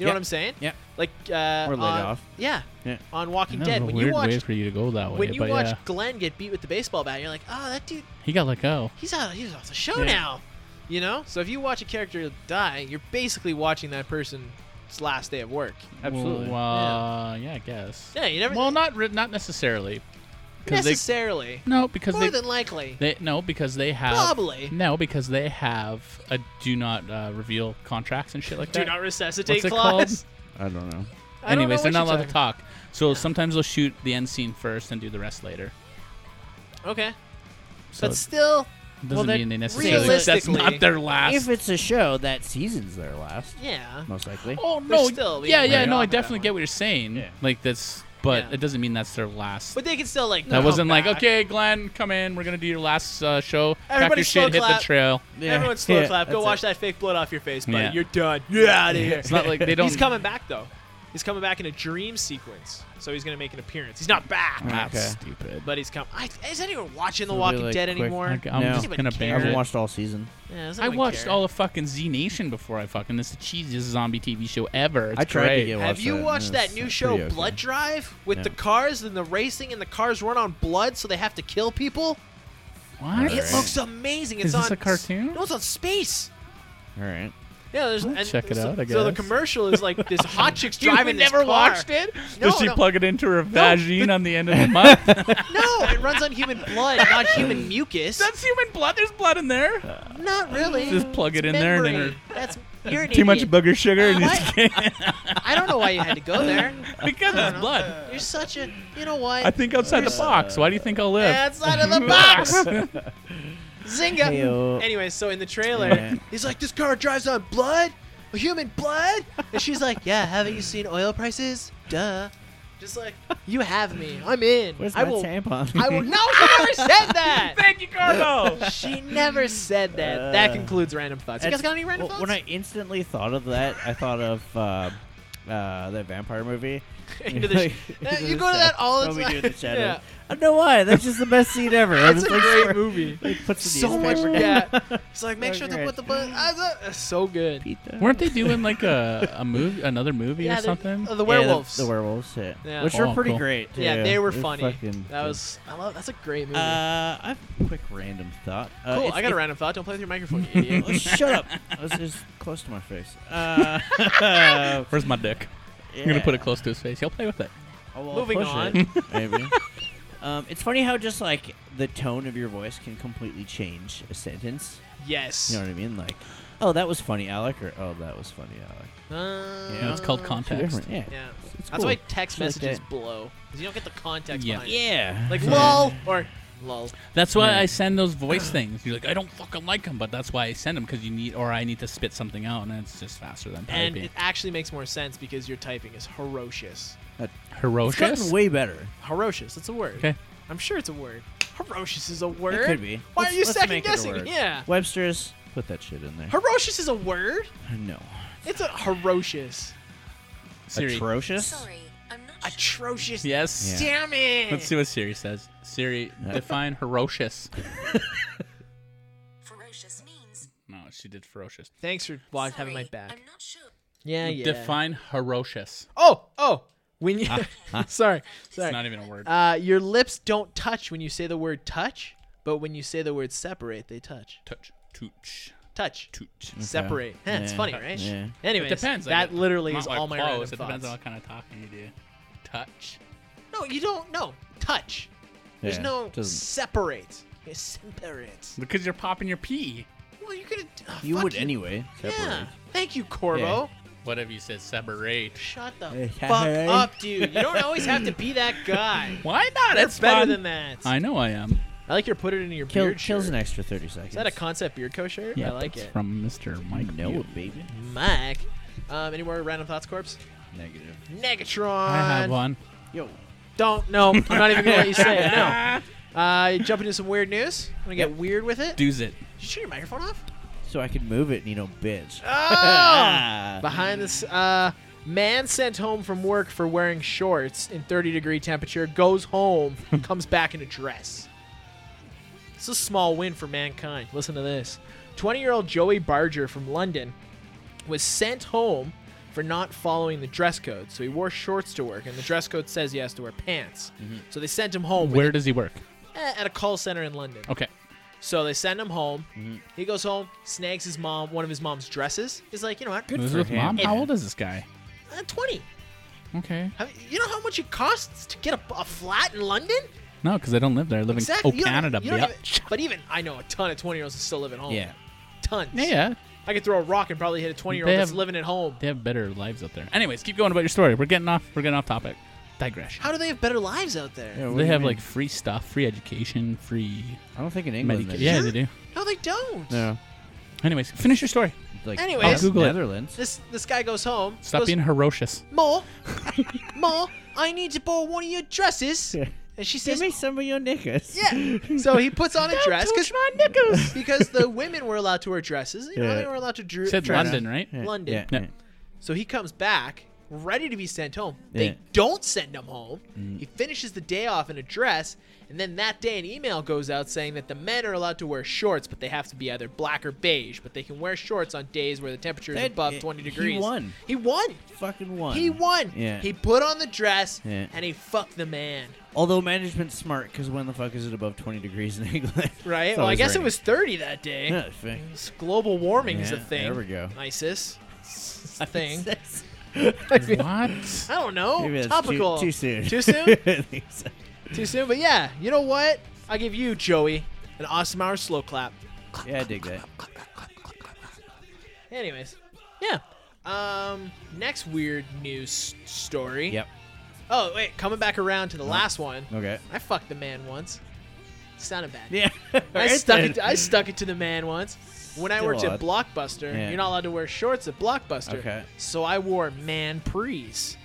You know
Yeah.
what I'm saying?
Yeah.
Like uh,
Or laid
on-
off.
Yeah.
Yeah.
On
I
Walking
know,
Dead,
a
when
weird
you
way
watch
for you to go that way.
when you
but
watch
yeah,
Glenn get beat with the baseball bat, you're like, oh, that dude,
he got let go.
he's out, he's off the show
Yeah.
now. You know. So if you watch a character die, you're basically watching that person's last day of work.
Absolutely.
Well, uh, yeah. I guess.
Yeah, you never.
Well, not re- not necessarily. 'Cause they-
necessarily.
no, because
More
they,
than likely.
they no because they have
Probably.
no because they have a do not uh, reveal contracts and shit like
Do
that.
not resuscitate
What's it
clause.
I don't know.
I don't
Anyways,
know
they're not
what
allowed
you're
to talk. So sometimes they'll shoot the end scene first and do the rest later.
Okay.
So
but still,
it doesn't
well, that
mean they necessarily. That's
realistically-
not their last.
If it's a show, that season's their last,
yeah.
most likely.
oh
They're
no!
still being
yeah, yeah,
laid
no,
off
I
at that
definitely
point.
get what you're saying.
Yeah.
Like that's, but
Yeah.
it doesn't mean that's their last.
But they can still like.
that
come
wasn't like,
back.
okay, Glenn, come in. We're gonna do your last uh, show. Pack
Everybody
your
slow
shit, hit
clap. <laughs>
the trail. <laughs>
Yeah. <laughs>
Everyone slow
Yeah,
clap. Go
that's
watch
it.
that fake blood off your face, buddy.
Yeah.
You're done. You're out of here.
It's not like they don't.
<laughs> He's coming back though. He's coming back in a dream sequence, so he's gonna make an appearance. He's not back,
That's
Okay.
stupid.
but he's coming. Is anyone watching The
It'll be,
Walking
like,
Dead
quick.
anymore?
Like, I'm
No.
just gonna
Anybody
bear
care?
I
it.
haven't watched all season.
Yeah, does
I
anyone
watched
care?
all of fucking Z Nation before I fucking. This the cheesiest zombie TV show ever. It's
I tried
great.
to get.
Have
watched
you
that,
watched
and
that
it's
new
pretty
show
okay.
Blood Drive with
Yeah.
the cars and the racing and the cars run on blood, so they have to kill people?
What?
It looks amazing. It's
Is this
on
a cartoon?
No, it's on space.
All right.
Yeah, there's
I'll
and
check it
so,
out, I
So the
guess.
commercial is like this
<laughs>
hot chick's driving
you
this
never
car.
watched it?
No,
Does she
no.
plug it into her vagine on the end of
<laughs>
the month?
No, it runs on human blood, not human mucus.
That's human blood. There's blood in there.
not really.
Just plug it
It's
in there and then
membrane. That's you're an
Too much
idiot.
booger sugar. And
What? I don't know why you had to go there.
<laughs> because it's blood.
You're such a. You know what?
I think outside the box. Why do you think I'll live?
That's out
<laughs>
of the box. Zinga.
Heyo.
Anyway, so in the trailer,
Yeah.
he's like, "This car drives on blood, human blood," and she's like, "Yeah, haven't you seen oil prices? Duh." Just like, you have me. I'm in.
Where's
I
my
will.
tampon?
I
<laughs>
will. No, she never said that.
<laughs> Thank you, Carlo.
She never said that. that
Uh,
concludes random thoughts. You guys
That's-
got any random
well,
thoughts?
When I instantly thought of that, I thought of uh, uh, that vampire movie.
<laughs> Into
<laughs>
the sh- <laughs>
Into
you
the
go to that
shadows.
all the
What we
time.
do in the shadows.
<laughs> Yeah.
I don't know why. That's just the best
<laughs>
scene ever.
That's
It's
a
like
great
swear-
movie.
Like puts the
So much.
newspaper down.
Yeah. It's like make
So
sure to
great.
put the button. ah, That's so good.
<laughs> Pizza.
Weren't they doing like a, a movie, another movie
Yeah,
or
the-
something?
uh, the
Yeah, the-
werewolves.
the, werewolves, yeah.
Yeah.
Which
Oh,
were pretty
cool.
great. Too.
yeah, they were
They're
funny.
fucking
that
good.
was I love. That's a great movie.
Uh, I have a quick random thought. Uh,
cool.
it's-
I got a
it-
random thought. Don't play with your microphone, you
Oh, <laughs>
idiot. <laughs>
shut up. This is close to my <laughs> face. Uh,
Where's my dick?
yeah.
I'm gonna put it close to his face. He'll play with it.
Oh, well,
Moving
push
on.
it, <laughs> maybe. um, it's funny how just like the tone of your voice can completely change a sentence.
yes.
You know what I mean? Like Oh, that was funny, Alec. Or oh, that was funny, Alec.
Uh,
Yeah.
You know, it's called
Two
context.
different. Yeah.
Yeah.
It's
That's
cool.
why text
Shit like
messages
that.
blow. Because you don't get the context
Yeah.
behind it.
Yeah.
Like
So-
lol or lol.
That's why
Yeah.
I send those voice things. You're like, I don't fucking like them, but that's why I send them because you need, or I need to spit something out, and it's just faster than
And
typing.
it actually makes more sense because your typing is ferocious.
That- It's
Herocious.
gotten way better.
Ferocious, it's a word.
Okay.
I'm sure it's a word. Ferocious is a word.
It could be.
Why
Let's-
are you
let's
second
make it a
guessing?
word.
Yeah.
Webster's put that shit in there.
Ferocious is a word?
no.
It's a ferocious.
Siri.
Atrocious.
Sorry, I'm not sure.
Atrocious.
yes.
Yeah.
Damn it.
Let's see what Siri says. Siri,
Yeah.
define ferocious.
Ferocious means.
No, she did ferocious.
Thanks for watching,
sorry,
having my back.
I'm not sure.
Uh, yeah, yeah.
Define ferocious.
Oh, oh. When you <laughs> Sorry. Sorry.
It's not even a word.
Uh, your lips don't touch when you say the word touch, but when you say the word separate, they touch.
touch, touch,
Touch.
touch.
Separate. Yeah, it's
Yeah.
funny, right?
Yeah.
Anyways,
It depends. like,
that
it-
literally
not
is
like
all my
clothes.
random
It
thoughts.
depends on what kind of talking you do. Touch.
No, you don't know. Touch. There's
Yeah,
no
doesn't-
separate. It's Separate.
Because you're popping your pee.
Well, you're gonna. ah,
You
fuck
would anyway.
Yeah.
Separate.
Thank you, Corvo.
Whatever you said, separate.
Shut
Hey,
the fuck
hey.
up, dude. You don't always have to be that
<laughs>
guy.
Why not?
That's
It's
better
fun.
than that. I,
I know I am.
like your put it in your
Kill,
beard.
kills
shirt.
an extra 30 seconds.
Is that a concept beard co shirt? I like
that's
it.
From Mr. Mike
No,
Noah.
baby.
Mike. Um, any more random thoughts, Corpse?
Negative.
Negatron.
I have one.
Yo.
Don't. No, I'm not even gonna let you say it. No.
<laughs>
Uh, you jump into some weird news. I'm gonna get weird with it.
Do's it.
Did you turn your microphone off?
So I can move it and you don't bitch. <laughs>
Oh! Behind this, uh, man sent home from work for wearing shorts in 30 degree temperature goes home, comes back in a dress. It's a small win for mankind. Listen to this 20 year old Joey Barger from London was sent home for not following the dress code. So he wore shorts to work, and the dress code says he has to wear pants. So they sent him home with-
Where Oh. does he work?
eh, at a call center in London.
Okay.
So they send him home. He goes home, snags his mom, one of his mom's dresses. He's like, you know what? Good
This is
for
with
him.
mom. How
It-
old is this guy?
uh, 20.
Okay.
I mean, you know how much it costs to get a, a flat in London?
No, because I don't live there. I live
Exactly.
in
you
oh,
don't-
Canada,
you don't
bitch.
even- but even, I know a ton of 20 year olds that still live at home.
Yeah.
Tons.
Yeah, yeah.
I could throw a rock and probably hit a 20 year
They
old that's
have-
living at home.
They have better lives out there. Anyways, keep going about your story. We're getting off. We're getting off topic. Digression.
How do they have better lives out there?
Yeah, what do
they
you
have
mean?
like free stuff, free education, free
I don't think in England.
medication.
they
Yeah,
do.
they do.
No, they don't.
No.
Anyways, finish your story.
Like,
Anyways. I'll
Google it.
Netherlands.
This this guy goes home.
Stop
goes,
being ferocious. <laughs>
Ma, Ma, I need to borrow one of your dresses. And she says,
<laughs> Give me some of your knickers.
Yeah. So
<laughs>
he puts on a dress because
my
<laughs>
knickers.
because the women were allowed to wear dresses. You know,
Yeah.
they were allowed to dr-
You said
dress.
London, right?
London.
Yeah.
No.
yeah.
So he comes back ready to be sent home. They
Yeah. Mm-hmm.
don't send him home. He finishes the day off in a dress, and then that day an email goes out saying that the men are allowed to wear shorts, but they have to be either black or beige, but they can wear shorts on days where the temperature is
That- eh,
above
he
20 degrees.
won.
He won.
Fucking won.
He won.
Yeah.
He put on the dress
Yeah.
and he fucked the man.
Although management's smart, because when the fuck is it above 20 degrees in England? <laughs>
Right?
It's
well, I
always
guess it
raining.
was 30 that day.
<laughs> Yeah, fuck.
This global warming is a
Yeah,
thing.
there we go.
ISIS.
<laughs>
It's a thing.
What?
I don't know.
Maybe that's too-
Topical.
Too, soon.
Too
<laughs>
soon?
I think so.
Too soon, but yeah, you know what? I give you, Joey, an awesome hour slow clap.
yeah, I dig that.
<laughs> Anyways, yeah. Um, next weird news s- story.
Yep.
Oh wait, coming back around to the last one.
Okay.
I fucked the man once. Sounded bad. <laughs>
Yeah.
I stuck it. I stuck it to the man once. When I
Still
worked at
odd.
Blockbuster,
Yeah.
you're not allowed to wear shorts at Blockbuster.
Okay.
So I wore man prees.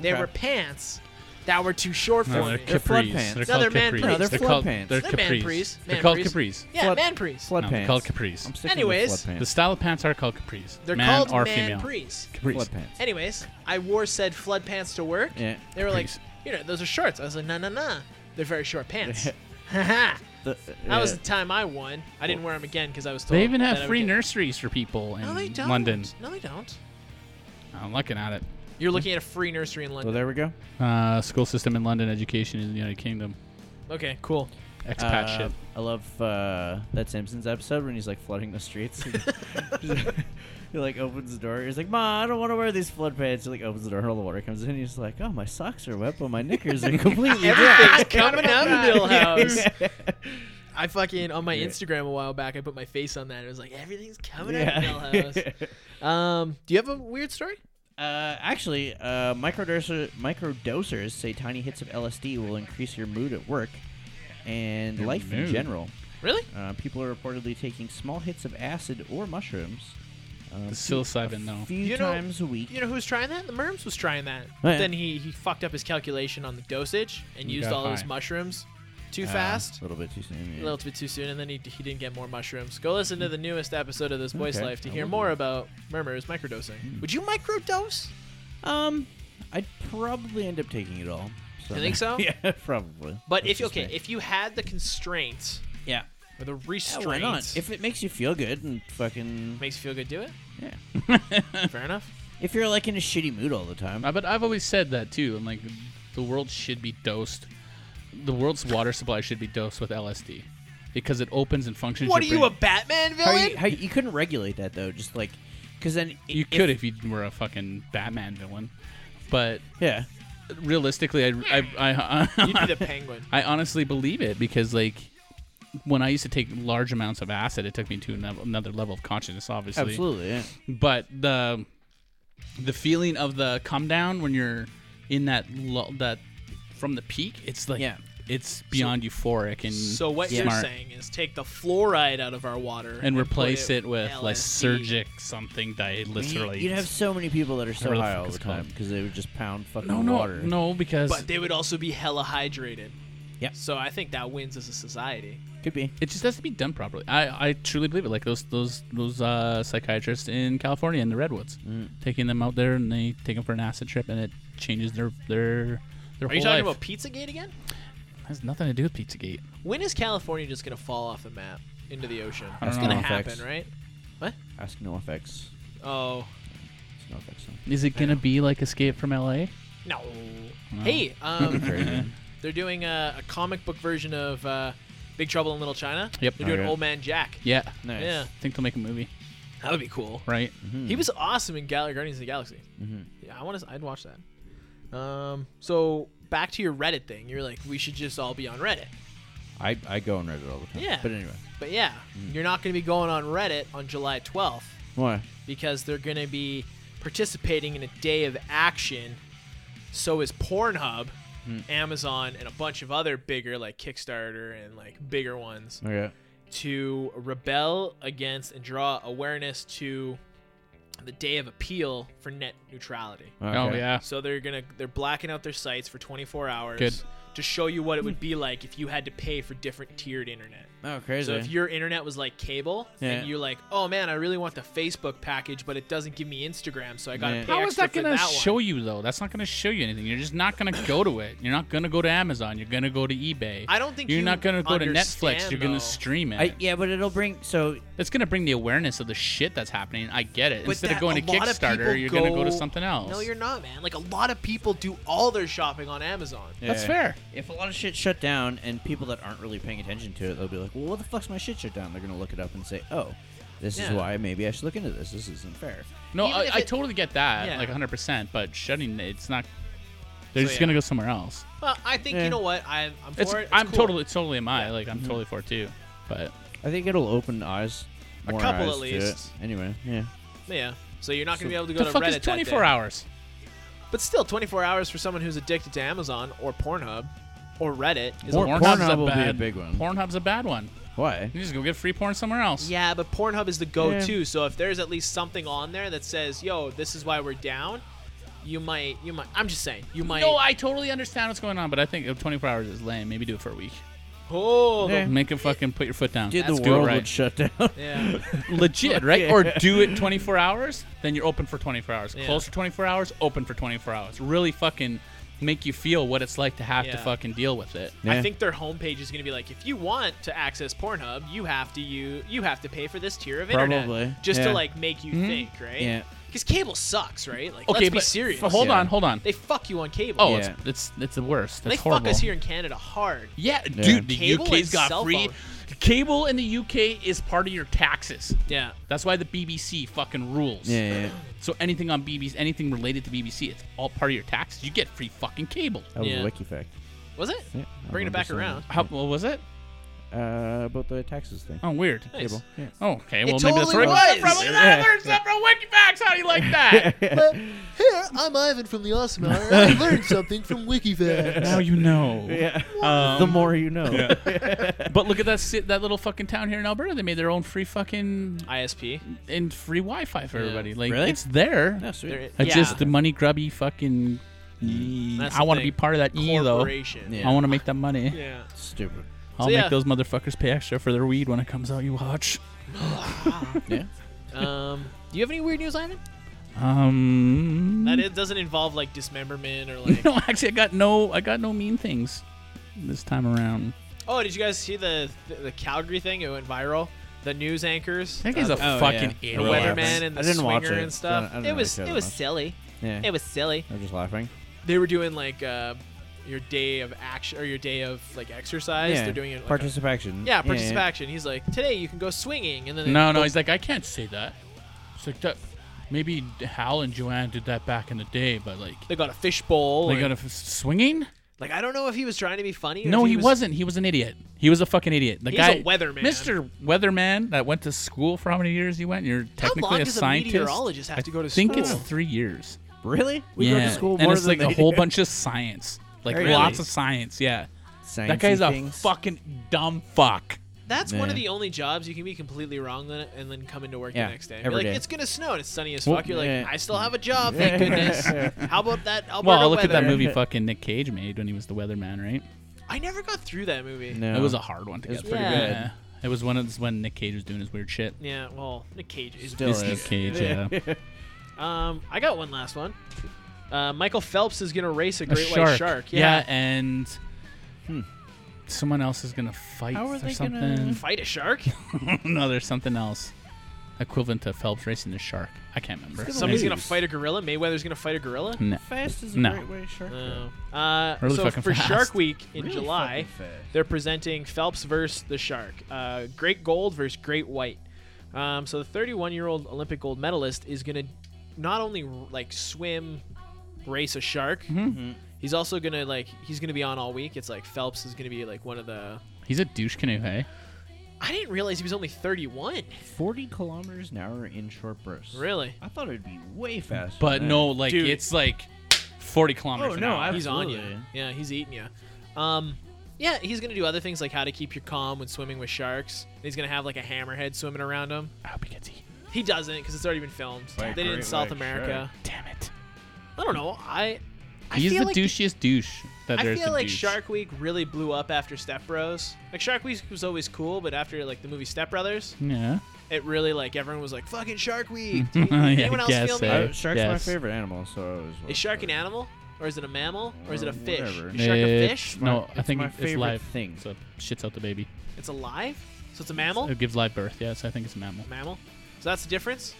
They
Okay.
were pants that were too short for
No,
me.
they're
They're flood
capris. They're
pants.
No, they're
called
man
capris.
pants.
They're flood
called,
pants.
They're
They're man
capris.
prees.
They're
Man
called
prees.
capris.
Yeah,
Flood-
man prees.
Flood
No, they're
pants.
called capris.
I'm sticking
Anyways,
with flood
The
pants.
style of pants are called capris.
They're
man
called
or
man
female.
prees.
Capris.
Flood pants.
Anyways, I wore said flood pants to work.
Yeah.
They were like,
Capris.
you know, those are shorts. I was like, nah, nah, nah. They're very short
<laughs>
pants. <laughs> Haha.
The-
That was
yeah.
the time I won. I didn't wear them again because I was told.
They even
that I
have
would
free
get-
nurseries for people in
No, they don't.
London.
No, they don't.
I'm looking at it.
You're looking at a free nursery in
Well,
London.
there we go.
Uh, school system in London, education in the United Kingdom,
Okay, cool.
expat
Uh,
shit.
I love uh, that Simpsons episode when he's like flooding the streets. <laughs> he like opens the door. He's like, "Ma, I don't want to wear these flood pants." He like opens the door, and all the water comes in. He's like, "Oh,
<laughs>
my socks are wet, but my knickers are completely dry." <laughs>
Everything's coming out of the Bill House. I fucking on my
Yeah.
Instagram a while back. I put my face on that. and It was like everything's coming out of
Yeah.
Bell
<laughs>
House. Um, do you have a weird story?
uh, actually, uh, microdoser, microdosers say tiny hits of LSD will increase your mood at work and
Your
life
mood.
in general.
Really?
Uh, people are reportedly taking small hits of acid or mushrooms. Um,
The psilocybin, though.
few
You know-
times a week.
You know who was trying that? The Merms was trying that.
Oh, yeah.
Then he he fucked up his calculation on the dosage and
You
used
got
all his
high.
mushrooms too
Uh,
fast.
A little bit too soon.
a
yeah.
little bit too soon, and then he, he didn't get more mushrooms. Go listen to the newest episode of This Voice
Okay,
Life to
I
hear
will
more
do.
about murmurs microdosing. Would you microdose?
Um, I'd probably end up taking it all. So.
You think so?
<laughs> yeah, probably.
But
That's
if you
just
okay,
me.
if you had the constraint
yeah,
or the
Yeah,
restraint,
why not? If it makes you feel good and fucking
makes you feel good, do
<laughs>
it.
yeah.
Fair enough.
If you're like in a shitty mood all the time,
Uh,
I, Uh, but I've always said that too. I'm like, the world should be dosed. The world's water supply should be dosed with LSD because it opens and functions.
What are
your
you a
brain.
Batman
how
villain?
you, how you couldn't regulate that though, just like because then i-
You
if-
could if you were a fucking Batman villain, but
yeah.
realistically, I I I,
<laughs> You'd be the Penguin.
<laughs> I honestly believe it because like. When I used to take large amounts of acid, it took me to ano- another level of consciousness, obviously.
Absolutely, yeah.
but the the feeling of the come down when you're in that lo- that from the peak, it's like
Yeah.
it's beyond euphoric and
So what you're
smart.
saying is take the fluoride out of our water
and replace
put
it with like
LSD.
surgic something
I mean,
dilycerate.
You'd have so many people that are so
Whatever the
high
fuck
all
it's
the time
called.
because they would just pound fucking
no, no,
water.
no, because
But they would also be hella hydrated.
Yeah.
So I think that wins as a society.
Could be.
it just has to be done properly. I, I truly believe it. Like those those those uh, psychiatrists in California in the redwoods, taking them out there and they take them for an acid trip and it changes their their their
Are
whole
you talking
life.
about Pizzagate again?
has nothing to do with PizzaGate.
When is California just gonna fall off the map into the ocean?
I don't
It's
know.
gonna
No
happen,
effects.
right?
Ask no effects.
Oh
It's no effects. Song.
Is it gonna be like Escape from LA?
no. Hey, um,
Crazy.
they're doing a, a comic book version of uh, Big Trouble in Little China.
Yep. Oh,
They're doing
Okay.
Old Man Jack.
Yeah.
nice.
Yeah.
I think they'll make a movie,
That would be cool.
right?
Mm-hmm.
He was awesome in Gal- Guardians of the Galaxy.
Mhm.
Mm-hmm.
Yeah, I want to. I'd watch that. Um, so back to your Reddit thing. You're like, we should just all be on Reddit.
I, I go on Reddit all the time.
Yeah.
But anyway,
But yeah,
Mm.
you're not going to be going on Reddit on July 12th
why?
because they're going to be participating in a day of action. So is Pornhub,
Mm.
Amazon, and a bunch of other bigger like Kickstarter and like bigger ones.
Okay.
to rebel against and draw awareness to the day of appeal for net neutrality.
Oh
Okay.
yeah.
So they're gonna they're blacking out their sites for 24 hours
Good.
to show you what it would be like if you had to pay for different tiered internet.
Oh crazy.
So if your internet was like cable
Yeah.
and you're like, oh man, I really want the Facebook package, but it doesn't give me Instagram, so I gotta
Yeah.
pay
How is
extra
that
for
gonna
that
show
one.
you though? That's not gonna show you anything. You're just not gonna go to it. You're not gonna go to Amazon. You're gonna go to eBay.
I don't think
you're
you
not gonna go to Netflix.
understand,
You're gonna
though.
stream it.
I, yeah, but it'll bring so
it's gonna bring the awareness of the shit that's happening. I get it.
But
Instead
that-
of going to
a lot of people
Kickstarter, you're gonna go to something else.
No, you're not, man. Like a lot of people do all their shopping on Amazon.
That's
Yeah.
fair.
If a lot of shit shut down and people that aren't really paying attention to it, they'll be like, well, what the fuck's my shit shut down? They're going to look it up and say, oh, this
Yeah.
is why maybe I should look into this. This isn't fair.
No,
Even
I,
if
I
it-
totally get that,
Yeah.
like 100. percent But shutting it, it's not. They're
So,
just
yeah.
gonna go somewhere else.
Well, I think
Yeah.
you know what I'm. I'm for
It's,
it. It's
I'm
cool.
totally, totally am I. Like I'm
Mm-hmm.
totally for it too. But
I think it'll open eyes.
A
more
couple
eyes
at
to it.
least.
Anyway, yeah.
Yeah. So you're not going to be able to go
the
to
fuck
Reddit
is
that
24
day.
hours?
But still, 24 hours for someone who's addicted to Amazon or Pornhub or Reddit is
Porn-
a lot.
Pornhub's
Pornhub
a
will be a
bad-
big one.
Pornhub's a bad one.
Why?
You just go get free porn somewhere else.
Yeah, but Pornhub is the go-to. So if there's at least something on there that says, "Yo, this is why we're down," you might, you might. I'm just saying, you might.
No, I totally understand what's going on, but I think if 24 hours is lame. Maybe do it for a week.
oh,
Yeah.
Make it fucking put your foot down.
Dude,
That's
the
good,
world would
right?
shut down.
yeah.
Legit, right? <laughs>
Yeah.
Or do it 24 hours, then you're open for 24 hours.
Yeah.
Close for 24 hours, open for 24 hours. Really fucking make you feel what it's like to have to
Yeah.
fucking deal with it.
I
Yeah.
think their homepage is going to be like, if you want to access Pornhub, you have to you you have to pay for this tier of internet,
Probably,
just
yeah.
to like make you think, right?
Yeah.
Because cable sucks, right? Like,
Mm-hmm. Okay,
let's
but
be serious.
f- hold
Yeah.
on, hold on.
They fuck you on cable.
oh,
Yeah.
it's, it's it's the worst. That's
they
horrible.
fuck us here in Canada hard.
Yeah,
Yeah.
dude, the
Cable
UK's
and
got
cell
free. Cable in the UK is part of your taxes.
Yeah.
That's why the BBC fucking rules.
Yeah, yeah, yeah.
So anything on BBC, anything related to BBC, it's all part of your taxes. You get free fucking cable.
That was
Yeah.
a wiki fact.
Was it?
Yeah, I
Bringing it back
remember
around.
seeing
How, what was it?
it. uh, about the taxes thing.
Oh, weird.
Nice.
Cable. Yeah.
Oh, okay. Well, maybe that's
totally
where I got
was. <laughs>
it from. Look at that. I learned something from Wikifax. How do you like
<laughs>
that?
But here, I'm Ivan from the Awesome Hour. and I learned something from WikiFan.
now you know.
yeah.
Um,
the more you know.
but look at that si- that little fucking town here in Alberta. They made their own free fucking
ISP.
and free Wi-Fi for
Yeah.
everybody. Like
Really?
it's there.
No, sweet.
There-
I
yeah.
just the money grubby fucking. E.
That's
I
the
want to
thing.
be part of that E though.
corporation.
Yeah.
I want to make that money.
Yeah.
Stupid.
I'll
So,
make
yeah.
those motherfuckers pay extra for their weed when it comes out. You watch. <laughs>
Yeah.
Um, do you have any weird news, Ivan?
Um.
That it doesn't involve like dismemberment or <laughs> like.
<laughs> No, actually, I got no. I got no mean things this time around.
Oh, did you guys see the the, the Calgary thing? It went viral. The news anchors,
That guy's
uh,
a fucking
yeah.
the
idiot.
I
weatherman
laughed.
and the
I didn't watch
swinger
it.
and stuff.
I don't- I don't
it
really
was
care
it
that
was
much.
silly.
Yeah.
It was silly.
I'm just laughing.
They were doing like uh, your day of action or your day of like exercise. They're doing it. Like, a-
participation.
yeah, participation. He's like, today you can go swinging, and then they-
No, no, he's like, I can't say that. It's like that. Maybe Hal and Joanne did that back in the day, but like
they got a fishbowl.
they
and-
got a f- swinging.
like I don't know if he was trying to be funny. Or
No,
if
he,
was,
wasn't. He was an idiot. He was a fucking idiot. The
He's
guy,
a weatherman.
Mr. Weatherman, that went to school for how many years? You went. You're technically
long
a
does a
scientist.
meteorologist have
I
to go to
think it's
school?
three years.
Really? We
yeah,
go to school
and
more
it's
than
like a
they
<laughs> whole
do.
bunch of science, like
Really?
lots of science. Yeah, that
Sciencey
guy's
things.
a fucking dumb fuck.
That's one of
Yeah.
the only jobs you can be completely wrong on it and then come into work
Yeah,
the next day. And
every
be like,
day.
it's gonna snow and it's sunny as
Well,
fuck. You're like,
yeah.
I still have a job, thank goodness. How about that Alberta
Well, look at that
weather?
movie
<laughs>
fucking Nick Cage made when he was the weatherman, right?
I never got through that movie.
No.
It was a hard one to
It was
get
pretty
through.
good.
Yeah. It was one of those when Nick Cage was doing his weird shit.
Yeah, well, Nick Cage is
Still
It's
is.
Nick Cage, yeah.
<laughs>
Um, I got one last one. Uh, Michael Phelps is gonna race a
A
great
shark.
white shark.
Yeah,
Yeah.
and hmm, someone else is gonna fight
How are
or
they
something. <laughs>
Fight a shark?
no, there's something else equivalent to Phelps racing the shark. I can't remember.
It's
Somebody's
Maybe-
gonna fight a gorilla. Mayweather's gonna fight a gorilla.
No.
Fast is
a No. great
way shark.
No. Uh,
Really
so
fucking
for
fast.
Shark Week in July, they're presenting Phelps versus the Shark. Uh, great gold versus great white. Um, so the 31 year old Olympic gold medalist is going to not only like swim, race a shark.
Mm-hmm.
He's also gonna like he's gonna be on all week. It's like Phelps is gonna be like one of the.
He's a douche canoe, hey?
I didn't realize he was only 31.
40 kilometers an hour in short bursts.
Really?
I thought it'd be way faster.
But
than
no, like
Dude.
it's like 40 kilometers.
Oh,
an
no,
hour.
I-
He's on you.
Absolutely.
Yeah, he's eating you. Um, yeah, he's gonna do other things like how to keep you calm when swimming with sharks. He's gonna have like a hammerhead swimming around him.
I hope he gets eaten.
He doesn't because it's already been filmed.
By a
they did it in
great
South
white
America.
Damn it.
I don't know. I. I
He's
feel
the
like
douchiest douche that
I
there's.
feel
to
like
douche.
Shark Week really blew up after Step Bros. Like Shark Week was always cool, but after like the movie Step Brothers,
Yeah.
it really like everyone was like fucking Shark
<laughs>
Week.
Yeah,
Anyone else
guess
feel
so.
me?
Uh, shark's my
Yes.
favorite animal, so I was. uh,
Is shark an animal, or is it a mammal, or is it a fish?
Whatever.
Is shark a
It's-
fish?
No,
It's
I think
my
it's
favorite
live.
thing.
So it shits out the baby.
It's alive, so it's a mammal.
It gives live birth. Yeah, so I think it's a mammal.
mammal. So that's the difference.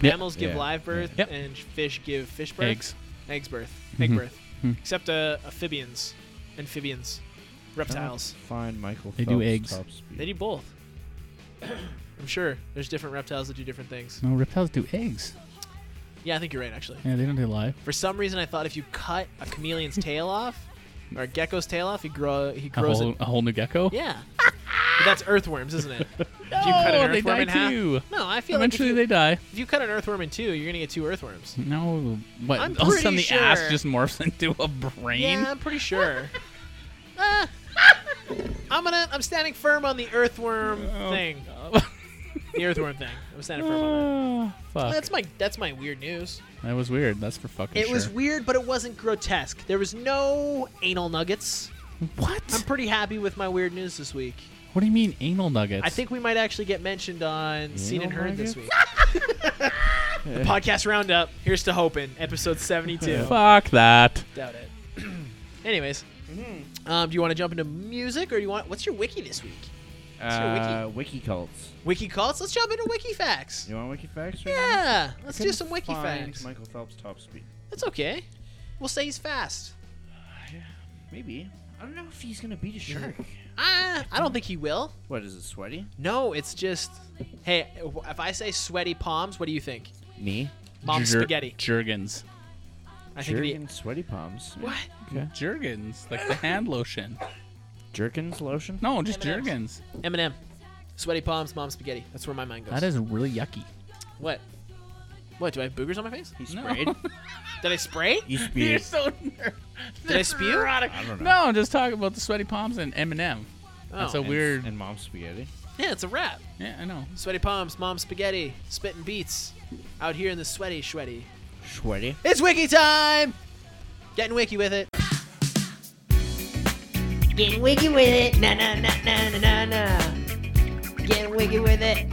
Yeah.
Mammals give
Yeah.
live birth,
Yep.
and fish give fish birth.
Eggs. Mm-hmm.
Eggs birth. Egg birth. Except uh, amphibians. Amphibians. Reptiles.
Oh.
Find Michael.
They do
Phelps
eggs.
top speed.
They do both. <coughs> I'm sure there's different reptiles that do different things.
No, reptiles do eggs.
Yeah, I think you're right, actually.
Yeah, they don't do live.
For some reason, I thought if you cut a chameleon's tail off, or a gecko's tail off, he grow he
A
grows
whole,
it.
a whole new gecko.
Yeah. but that's earthworms, isn't
<laughs>
it? If you cut
No,
an
they
earthworm
die
in half.
too.
No, I feel
Eventually,
like if you,
they die.
if you cut an earthworm in two, you're gonna get two earthworms.
No, what?
I'm
all of a sudden, the
pretty
ass
sure.
just morphs <laughs> into a brain.
Yeah, I'm <laughs> pretty sure. Uh, I'm gonna. I'm standing firm on the earthworm thing. The earthworm thing. I'm standing firm on <laughs> that.
Oh, fuck.
That's my. That's my weird news.
that was weird. That's for fucking
It
sure.
was weird, but it wasn't grotesque. There was no anal nuggets.
what?
I'm pretty happy with my weird news this week.
what do you mean anal nuggets?
I think we might actually get mentioned on Seen and
Anal
Heard this week. <laughs>
nuggets?
the podcast roundup. Here's to hoping. Episode 72.
Fuck that.
Doubt it. <clears throat> Anyways,
Mm-hmm.
um, do you want to jump into music or do you want? What's your wiki this week?
Uh, wiki cults.
Wiki cults. Let's jump into wiki facts.
You want wiki facts? Right now?
Yeah, let's do
Couldn't
some wiki
find
facts.
Michael Phelps top speed.
That's okay. We'll say he's fast.
Maybe. I don't know if he's gonna beat a shark.
Ah, I don't think he will.
What is it? Sweaty?
No, it's just. Hey, if I say sweaty palms, what do you think?
Knee?
Mom
Jer-
spaghetti.
Jergens.
I think it'd
Jergen sweaty palms.
be. What?
Okay.
Jergens, like the hand lotion.
Jerkins lotion?
No, just
M&Ms.
Jergens.
Eminem. Sweaty palms, mom spaghetti. That's where my mind goes.
That is really yucky.
what? What? Do I have boogers on my face?
He
No.
sprayed.
Did I spray?
<laughs> you
You're
spewed.
so nerd.
Did I spew?
I don't know.
No, I'm just talking about the sweaty palms and Eminem. That's
Oh.
a weird.
And mom's spaghetti.
Yeah, it's a wrap.
yeah, I know.
Sweaty palms, mom spaghetti, spitting beats. Out here in the sweaty, sweaty.
Sweaty.
It's wiki time! Getting wiki with it.
Getting wiggy with it. Na na na na na na na. Getting wiggy with it.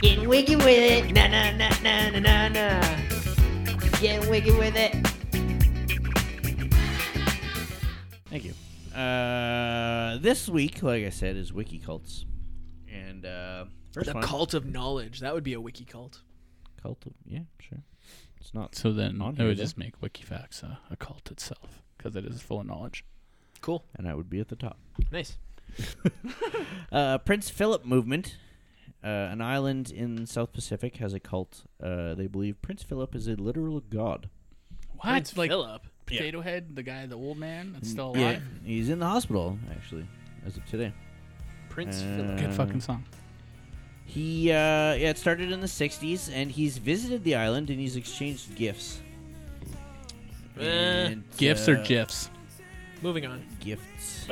Getting wiggy with it. Na na na na na na na. Getting wiggy with it.
Thank you. Uh, this week, like I said, is Wiki Cults. And uh, first
The
one-
cult of knowledge. That would be a wiki cult.
Cult of, yeah, sure. It's not.
So then
On
it
here,
would
though.
just make Wikifax a, a cult itself because it is full of knowledge.
Cool.
And I would be at the top.
Nice.
Uh, Prince Philip movement. Uh, an island in South Pacific has a cult. Uh, they believe Prince Philip is a literal god.
What?
Prince
like
Philip.
Potato Head, the guy, the old man, that's still
Yeah,
alive.
he's in the hospital actually, as of today.
Prince
Uh,
Philip.
Good
Uh,
fucking song.
He uh, yeah, it started in the '60s, and he's visited the island and he's exchanged gifts.
Eh,
And,
Gifts
uh,
or gifs?
moving on.
Gifts.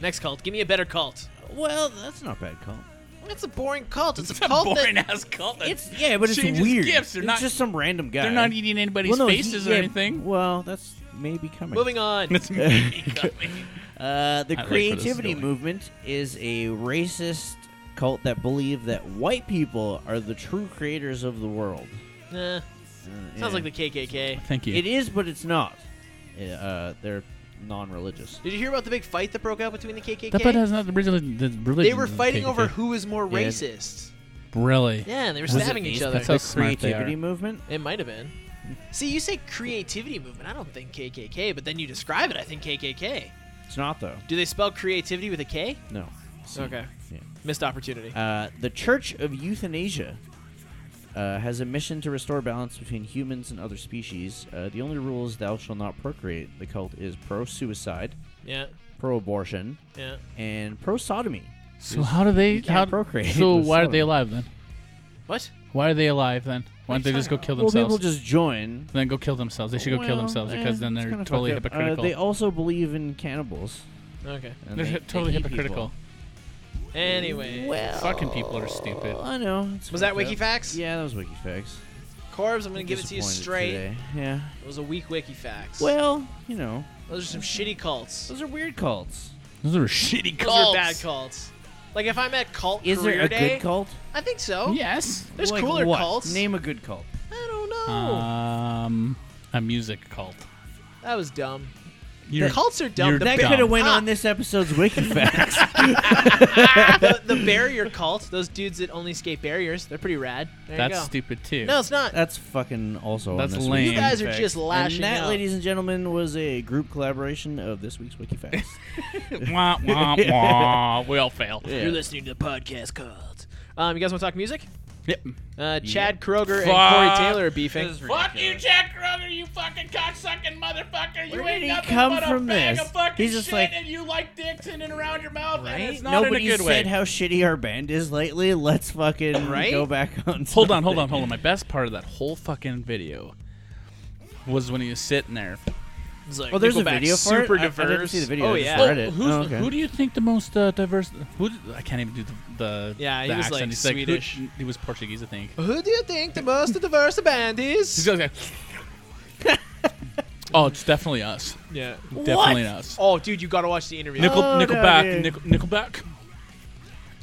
Next cult. Give me a better cult.
well, that's not bad call.
That's a boring cult.
<laughs>
It's, a cult. that-
ass cult.
It's yeah, but it's
Changes
weird.
gifts, they're
it's
not-
just some random guy.
They're not eating anybody's
Well, no, he-
faces or
yeah, <laughs>
anything.
Well, that's maybe
<laughs>
coming.
Moving
<laughs>
on.
It's
<laughs>
me coming.
Uh, the
I like where this is
creativity
going.
movement is a racist cult that believe that white people are the true creators of the world.
Nah,
Uh, yeah.
sounds like the KKK.
Thank you.
It is, but it's not. Yeah, Uh, they're non-religious.
Did you hear about the big fight that broke out between the KKK?
that but has not originally the religion.
they were
of the
fighting
KKK.
over who is more
Yeah.
racist.
Really?
Yeah, and they were
it
stabbing each
these
other.
That's how
The
smart they
creativity
are.
movement.
It might have been. See, you say creativity movement. I don't think KKK, but then you describe it. I think KKK.
It's not though.
Do they spell creativity with a K?
No. See.
Okay.
Yeah.
Missed opportunity.
Uh, the Church of Euthanasia uh, has a mission to restore balance between humans and other species. Uh, the only rule is thou shalt not procreate. The cult is pro-suicide,
yeah.
pro-abortion,
Yeah.
and pro-sodomy.
So how do they?
you can't
How
procreate
So
with
why are they
someone.
alive then?
What?
Why are they alive then? Why don't they just go kill
Well,
themselves?
people just join.
then go kill themselves. They should go kill
Well,
themselves
eh,
because then
it's
they're
kinda
totally
fucked up. Uh,
hypocritical.
they also believe in cannibals.
Okay.
and
are <laughs>
they-
totally
they eat
hypocritical.
Anyway.
people. Well,
Fucking people are stupid.
I know. it's
Was that
fucked up.
WikiFacts?
Yeah, that was WikiFacts.
Corbs, I'm gonna give it to you
Disappointed
straight.
today. Yeah.
It was a weak wiki facts.
Well, you know,
those are some shitty cults.
those are weird cults.
Those are shitty
Those
cults.
are bad cults. Like if I'm at cult
Is
career
there a
day,
good cult?
I think so.
Yes.
There's
Like
cooler
what?
cults.
Name a good cult.
I don't know.
Uh,
Um, a music cult.
that was dumb.
You're
cults are dumb.
you're
The,
That
dumb.
could have went
Ah.
on this episode's WikiFacts.
the, the barrier cult, those dudes that only skate barriers, they're pretty rad. There
That's
you go.
stupid too.
No, it's not.
<laughs> That's fucking also.
That's
on this
lame.
You
week's
guys are
WikiFacts.
just lashing
And that,
out.
ladies and gentlemen, was a group collaboration of this week's WikiFacts.
wah,
<laughs>
wah, wah. We all fail.
You're listening to the podcast cult. Um, you guys want to talk music?
Yep.
Uh, Chad Kroger
Fuck.
and Corey Taylor are beefing.
Fuck you, Jack Kroger, you fucking cocksucking motherfucker.
Where
you ain't
did he
nothing
come
but
from
a bag
this?
of fucking
He's just
shit
like-
and you like dicks in and around your mouth
Right?
and it's not
Nobody
in a good
said
way.
how shitty our band is lately. Let's fucking
Right?
go back on.
hold on, hold
something.
on, hold on. My best part of that whole fucking video was when he was sitting there.
It's like,
Well, Oh, there's a
Nickelback,
video for
super
it. I- I
diverse.
didn't see the video,
Oh
I just
yeah.
saw it. Reddit.
who's,
Oh, okay.
Who do you think the most uh, diverse? Who did, I can't even do the the
Yeah, he
the
was, like,
accent. He's who-
Swedish.
he was Portuguese, I
<laughs>
think.
Who do you think the most diverse band
He's
is?
like, oh, it's definitely us.
Yeah.
Definitely us.
Oh, dude, you gotta watch the interview. Uh,
Nickel,
Oh, no,
Nickelback,
dude.
Nickel, Nickelback.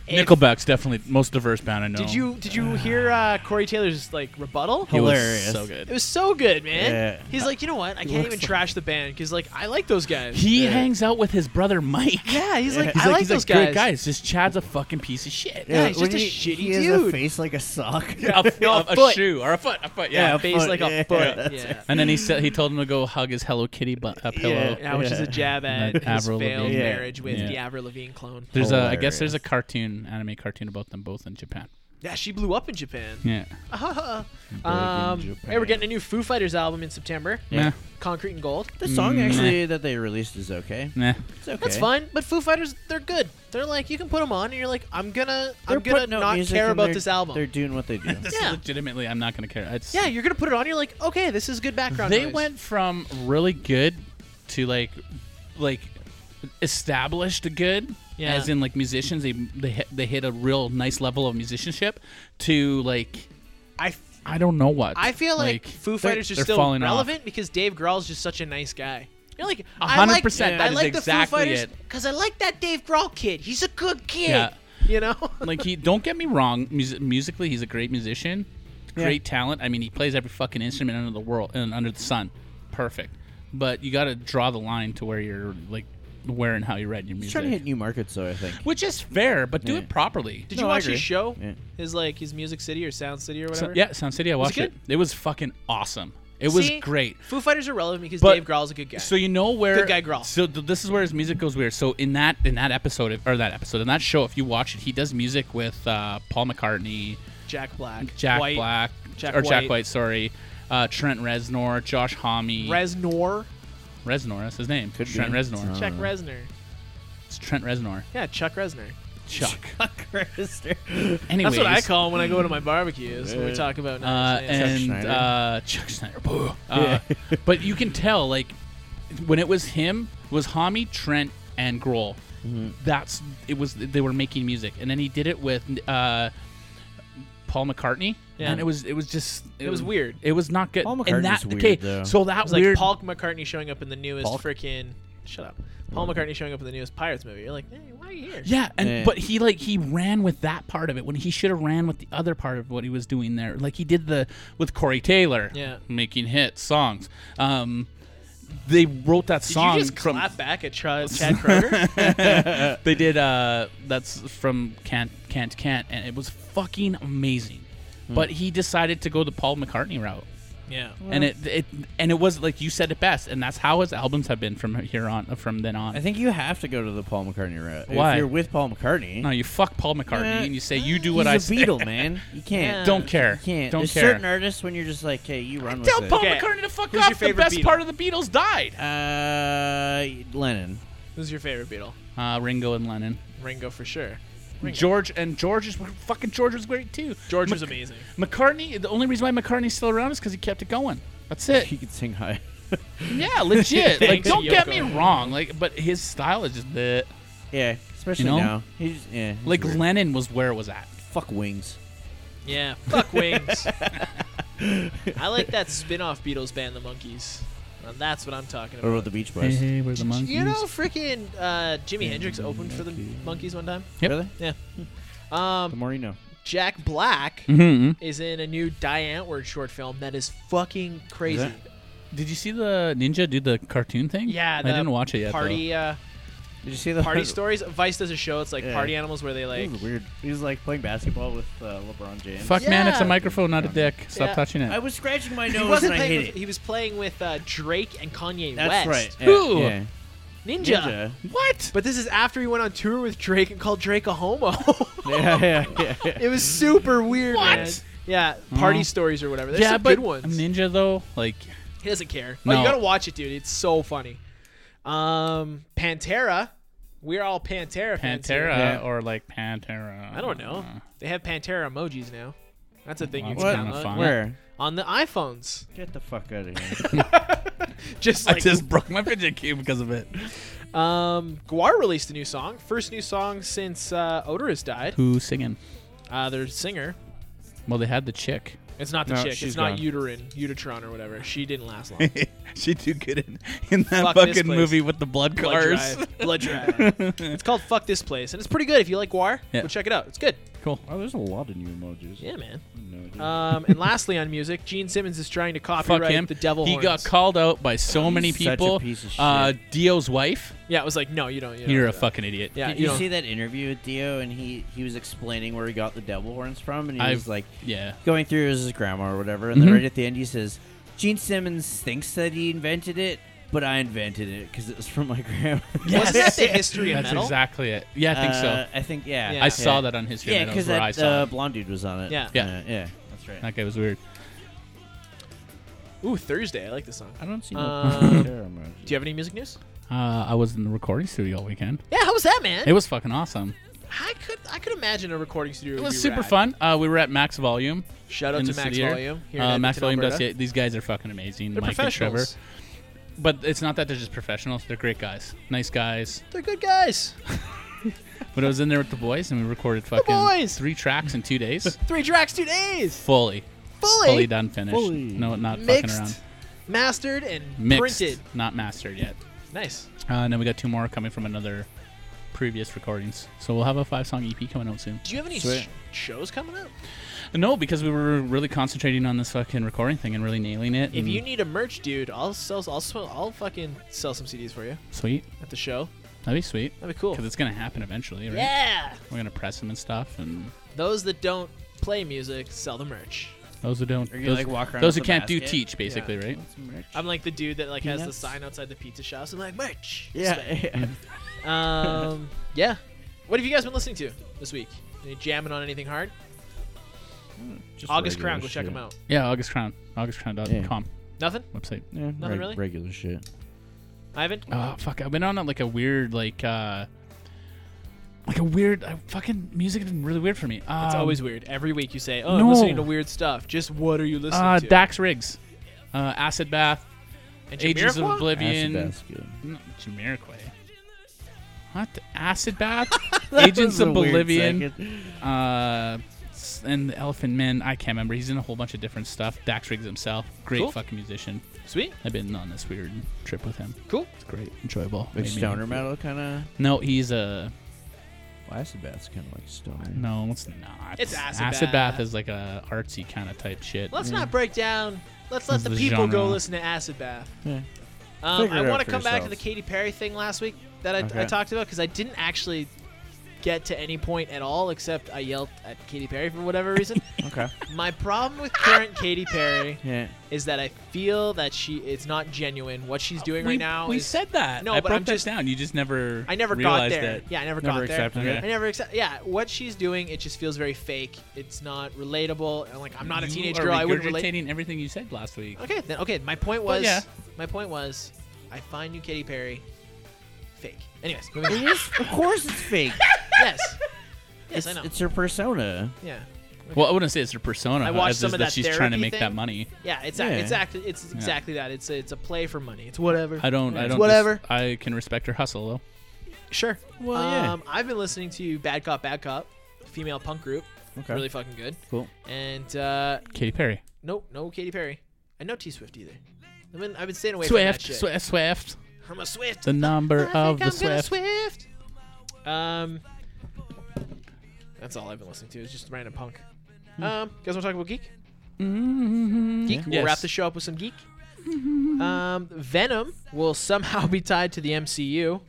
If-
Nickelback's definitely the most diverse band I know.
Did you did
<sighs>
you hear uh, Corey Taylor's like rebuttal?
He was
Hilarious.
so
It
good.
was so good, man.
Yeah.
He's like, you know what? I can't even
looks like-
trash the band because like I like those guys.
He hangs out with his brother Mike.
yeah, he's like,
<laughs> He's
I like,
he's
those
great
guys.
guys. Just Chad's a fucking piece of shit.
Yeah, he's
what
just a
do you-
shitty
he has
dude.
a face like a <laughs> sock.
<laughs> A,
<laughs>
f-
No, a
a- a
foot.
shoe or a foot, a foot. Yeah.
Yeah.
Face
Foot,
like
yeah,
a foot.
that's
Yeah.
And then he said he told him to go hug his Hello Kitty bu- uh, pillow.
Yeah, which is a
Yeah.
jab at
Like
his
Avril
failed
Lavigne.
marriage with
Yeah.
the Avril Lavigne clone.
There's a, I guess there's a
Hilarious.
cartoon, anime cartoon about them both in Japan.
Yeah, she blew up in Japan.
Yeah.
Um, hey, we're getting a new Foo Fighters album in September.
Yeah.
Concrete and Gold.
The song
Mm.
actually that they released is okay.
Nah.
It's okay.
That's fine, but Foo Fighters, they're good. They're like you can put them on, and you're like, I'm gonna,
They're
I'm gonna
putting out
not
music
care
and
about
they're-
this album.
They're doing what they <laughs> do.
This
Yeah.
legitimately, I'm not going to care. It's,
yeah, you're gonna put it on. You're like, okay, this is good background.
They
noise.
went from really good to like, like established good,
Yeah.
as in like musicians. They they hit, they hit a real nice level of musicianship to like
I, f-
I don't know what.
I feel like, Foo
they're-
Fighters are
they're
still
falling off.
relevant because Dave Grohl's just such a nice guy. You're like,
A
I
hundred
like-
percent,
I
that is
like
exactly
the Foo Fighters
it.
because I like that Dave Grohl kid. He's a good kid.
Yeah.
You
<laughs>
know.
like he don't get me wrong mus- musically he's a great musician great talent i mean he plays every fucking instrument under the world and under the sun perfect but you gotta draw the line to where you're like where and how you read your
He's
music
trying to hit new markets, though. I think.
which is fair but do
Yeah.
it properly
Did
No,
you
I
watch
agree.
his show?
Yeah.
His like his Music City or Sound City or
So-
whatever.
yeah sound city i watched it,
good?
it was fucking awesome it was
See?
great
Foo Fighters are relevant because
But-
Dave Grohl's a good guy.
So you know where
Good guy Grohl.
So th- this is where his music goes weird. So in that in that episode or that episode in that show, if you watch it, he does music with uh, Paul McCartney,
Jack Black.
Jack
White,
Black
Jack
or Jack
White.
White, sorry, uh, Trent Reznor, Josh Homme,
Reznor.
Reznor. That's his name.
Could be.
Trent
It's
Reznor.
not.
Chuck
Uh.
Reznor.
It's Trent Reznor.
Yeah, Chuck Reznor.
Chuck.
That's
Anyways,
what I call him when I go to my barbecues when we talk about.
Uh,
Nine Inch Nails.
and
Schneider.
uh, Chuck Snyder. <laughs> Uh,
<laughs>
but you can tell, like, when it was him, it was Hami, Trent, and Grohl.
Mm-hmm.
That's it was they were making music, and then he did it with uh, Paul McCartney,
Yeah.
and it was it was just it,
It was weird.
It was not good.
Paul
and
McCartney's
that,
weird,
okay,
though.
so that
it was like
weird
Paul McCartney showing up in the newest
Paul-
freaking. Shut up. Paul McCartney showing up in the newest Pirates movie. You're like, hey, why are you here?
Yeah, and
Yeah.
but he like he ran with that part of it when he should have ran with the other part of what he was doing there. Like he did the with Corey Taylor,
Yeah.
making hits, songs. Um, they wrote that
Did
song
you just
from
clap back at Chad, Chad <laughs> Kroger?
they did. Uh, that's from Can't Can't Can't, and it was fucking amazing.
Hmm.
But he decided to go the Paul McCartney route.
yeah.
And it, it and it was like you said it best, and that's how his albums have been from here on, from then on.
I think you have to go to the Paul McCartney route.
Why?
If you're with Paul McCartney,
no, you fuck Paul McCartney,
Eh,
and you say you do
he's
what I
a
say.
Beatle, man. <laughs> You can't.
Don't care.
You can't.
Don't
There's
care.
certain artists when you're just like, hey, you run with
Tell
it.
Paul
Okay.
McCartney to fuck
Who's your
off. The
favorite
best
Beatle?
part of the Beatles died.
Uh, Lennon.
Who's your favorite Beatle?
Uh, Ringo and Lennon.
Ringo for sure. Ringo.
George and George is fucking George was great too.
George was
Mc-
amazing.
McCartney. The only reason why McCartney's still around is because he kept it going. That's it.
<laughs>
He could sing high.
Yeah, legit. like,
Thanks,
don't get
Yoko.
me wrong. Like, but his style is just bleh.
yeah, especially
You know?
now. He's yeah. he's
like
weird.
Lennon was where it was at.
fuck wings.
Yeah, fuck <laughs> Wings. I like that spin-off Beatles band, the Monkees. Now that's what I'm talking
Or
about.
with the Beach Boys.
Mm-hmm.
where the monkeys?
You know, freaking uh, Jimi Hendrix opened for the Monkees one time.
Yep.
Really? Hmm.
Yeah.
The
Um,
more you know.
Jack Black
hmm
is in a new Die Antwoord short film that is fucking crazy.
Is
Did you see the ninja do the cartoon thing?
Yeah,
I
the
didn't watch it yet.
Party, uh,
Did you see
<laughs>
the <laughs>
party stories. Vice does a show. It's like
Yeah.
party animals where they
It
like.
was weird. He was like playing basketball with uh, LeBron
though.
James.
Fuck man, it's a
Yeah.
microphone, not a dick. Stop
Yeah.
touching it.
I was scratching my
He
nose and
wasn't
I
playing.
hate
With,
it.
he was playing with uh, Drake and Kanye
That's
West.
right.
Who?
Yeah, yeah.
Ninja.
Ninja.
what?
But this is after he went on tour with Drake and called Drake a
<laughs>
homo.
yeah, yeah, yeah, yeah.
<laughs> it was super weird,
What?
man. Yeah, party
Mhm.
stories or whatever. There's
yeah,
some
but
good ones.
Ninja though, like
He doesn't care. Oh,
No.
you gotta watch it, dude. It's so funny. Um, Pantera. We're all Pantera. fans here.
Pantera Mm.
Yeah.
or like Pantera.
I don't know. They have Pantera emojis now. That's a thing you
Well,
can
that's kinda
download
fun.
Where?
on the iPhones.
Get the fuck out of here.
Just like
broke my fidget cube because of it.
um, Guar released a new song, first new song since uh, Odorous died.
<laughs> Who's singing?
Uh, their singer.
Well, they had the chick.
It's not the
No,
chick.
she's
It's not
gone.
uterine, uterotron or whatever. She didn't last
<laughs>
long.
<laughs> she do good in, in that
Fuck this place.
with the blood
Blood Drive. Blood Drive. it's called Fuck This Place, and it's pretty good. If you like Guar,
Yeah.
go check it out. It's good.
Cool.
Oh, there's a lot of new emojis.
Yeah, man.
No idea.
Um, and lastly, on music, Gene Simmons is trying to
<laughs> Fuck
copyright
him.
the devil.
he got
horns.
called out by so many
such a
people.
piece of
Uh, Dio's wife.
Yeah, it was like, no, you don't. You don't
You're
do
a
that.
fucking idiot.
Yeah,
Did
you,
you
don't-
see that interview with Dio? And he he was explaining where he got the devil horns from, and he
I've-
was like
Yeah.
going Mm-hmm. through his grandma or whatever. And then right at the end, he says, "Gene Simmons thinks that he invented it, but I invented it because it was from my <laughs> grandma.
Wasn't that
<laughs>
the history of
That's
metal?
exactly it. Yeah, I think
Uh,
so.
I think yeah.
Yeah.
I saw that on History
Yeah,
of Metal.
because
Where I
that
saw
uh,
it.
blonde dude was on it.
Yeah.
Yeah.
Uh, yeah. That's right.
that guy was weird.
Ooh, Thursday. I like this song.
I don't see.
<laughs>
Um, do
Sure, I'm-
you have any music news?
uh, I was in the recording studio all weekend.
Yeah, how was that, man?
It was fucking awesome.
I could I could imagine a recording studio.
It
would
was
be
super
rad.
fun. Uh, we were at Max Volume.
Shout out
in
to
the
Max
city area.
Volume. Here in
Uh, Max
Edmonton,
Volume does
Alberta.
it. These guys are fucking amazing.
They're
Mike and Trevor.
professionals.
But it's not that they're just professionals. They're great guys. Nice guys.
They're good guys.
But I was in there with the boys and we recorded fucking
boys!
three tracks in two days.
Three tracks, two days.
Fully.
Fully,
Fully done, finished.
Fully.
No, not
mixed,
fucking around.
mastered, and
Mixed.
printed.
Not mastered yet.
Nice.
Uh, and then we got two more coming from another previous recordings. So we'll have a five song EP coming out soon.
Do you have any
Sweet.
sh- shows coming up?
No, because we were really concentrating on this fucking recording thing and really nailing it.
If
and-
you need a merch, dude, I'll sell. I'll sw- I'll fucking sell some CDs for you
sweet,
at the show.
that'd be sweet.
That'd be cool.
Because it's gonna happen eventually, right?
Yeah.
We're gonna press them and stuff, and
Those that don't play music sell the merch.
those who don't,
Are you
those,
gonna, like, walk around
those who
with a
can't do
basket?
teach, basically, right?
I'm like the dude that like has the
Peanuts.
sign outside the pizza shops. I'm like merch.
<laughs> Yeah. yeah. <laughs>
Um. yeah. What have you guys been listening to this week? Any jamming on anything hard?
Just
August
regular
Crown. Go check
shit.
them out.
Yeah, August Crown, AugustCrown.com
Nothing.
website.
Yeah, reg-
really?
Regular shit.
Ivan.
Uh,
Oh fuck, I've been on like a weird like. uh like a weird uh, fucking music has been really weird for me. Um,
It's always weird. Every week you say, "Oh, I'm
no.
listening to weird stuff." Just what are you listening
uh,
to?
Dax Riggs, uh, Acid Bath,
And
Ages of
Jamiroquai?
Oblivion,
Acid bath's good.
No, Jamiroquai. What? The Acid
<laughs>
Bath? Agents of Bolivian. Uh, s- and the Elephant Men. I can't remember. He's in a whole bunch of different stuff. Dax Riggs himself. Great
Cool.
fucking musician.
Sweet.
I've been on this weird trip with him.
Cool.
It's great. Enjoyable.
Like
Made me-
stoner metal kind of.
No, he's a.
Well, acid bath's kind of like stoner.
No, it's not.
It's Acid
Bath.
Bath.
is like a artsy kind of type shit. Mm.
Let's not break down. Let's let
That's
the
the
people go
genre.
listen to Acid Bath.
Yeah.
Um,
Figure
I
it out
want to
for
come back to the
yourselves.
Katy Perry thing last week that I, I
Okay.
talked about because I didn't actually get to any point at all except I yelled at Katy Perry for whatever
<laughs>
reason.
Okay.
My problem with current Katy Perry
Yeah.
is that I feel that she it's not genuine. What she's doing
we,
right now
We
is
said that.
No,
I
but
broke
I'm
that
just-
down. You just never.
I never got
realized
there.
That.
Yeah, I never,
Never
got there.
accepted
Okay.
I never accept. Yeah, what she's doing, it just feels very fake. It's not relatable. And like, I'm not a
You
teenage
are
girl. I wouldn't relate.
regurgitating everything you said last week.
Okay, then okay. My point was
yeah.
my point was I find you Katy Perry fake. Anyways, moving on.
It is. Of course, it's fake.
<laughs> yes. Yes, I know.
It's her persona.
yeah.
Well, I wouldn't say it's her persona.
I watched
it's
some
just
of
that
that
she's trying to
therapy
make that
thing.
money.
Yeah, it's
Yeah.
exactly it's exactly that. It's a, it's a play for money. It's whatever.
I don't. I
It's
don't.
whatever.
dis- I can respect her hustle though.
sure.
Well, yeah.
um, I've been listening to Bad Cop Bad Cop, female punk group.
Okay.
Really fucking good.
Cool.
And uh
Katy Perry.
nope, no Katy Perry. And no T Swift either. I've been I've been staying away from that
Swift,
shit.
Swift, Swift.
I'm a Swift.
The number
I
of
think
the
I'm gonna
Swift.
Swift. Um, that's all I've been listening to is just random punk.
Hmm.
Um, you guys want to talk about geek? Geek. We'll
Mm-hmm. Yes. Mm-hmm.
wrap the show up with some geek. Um, Venom will somehow be tied to the MCU.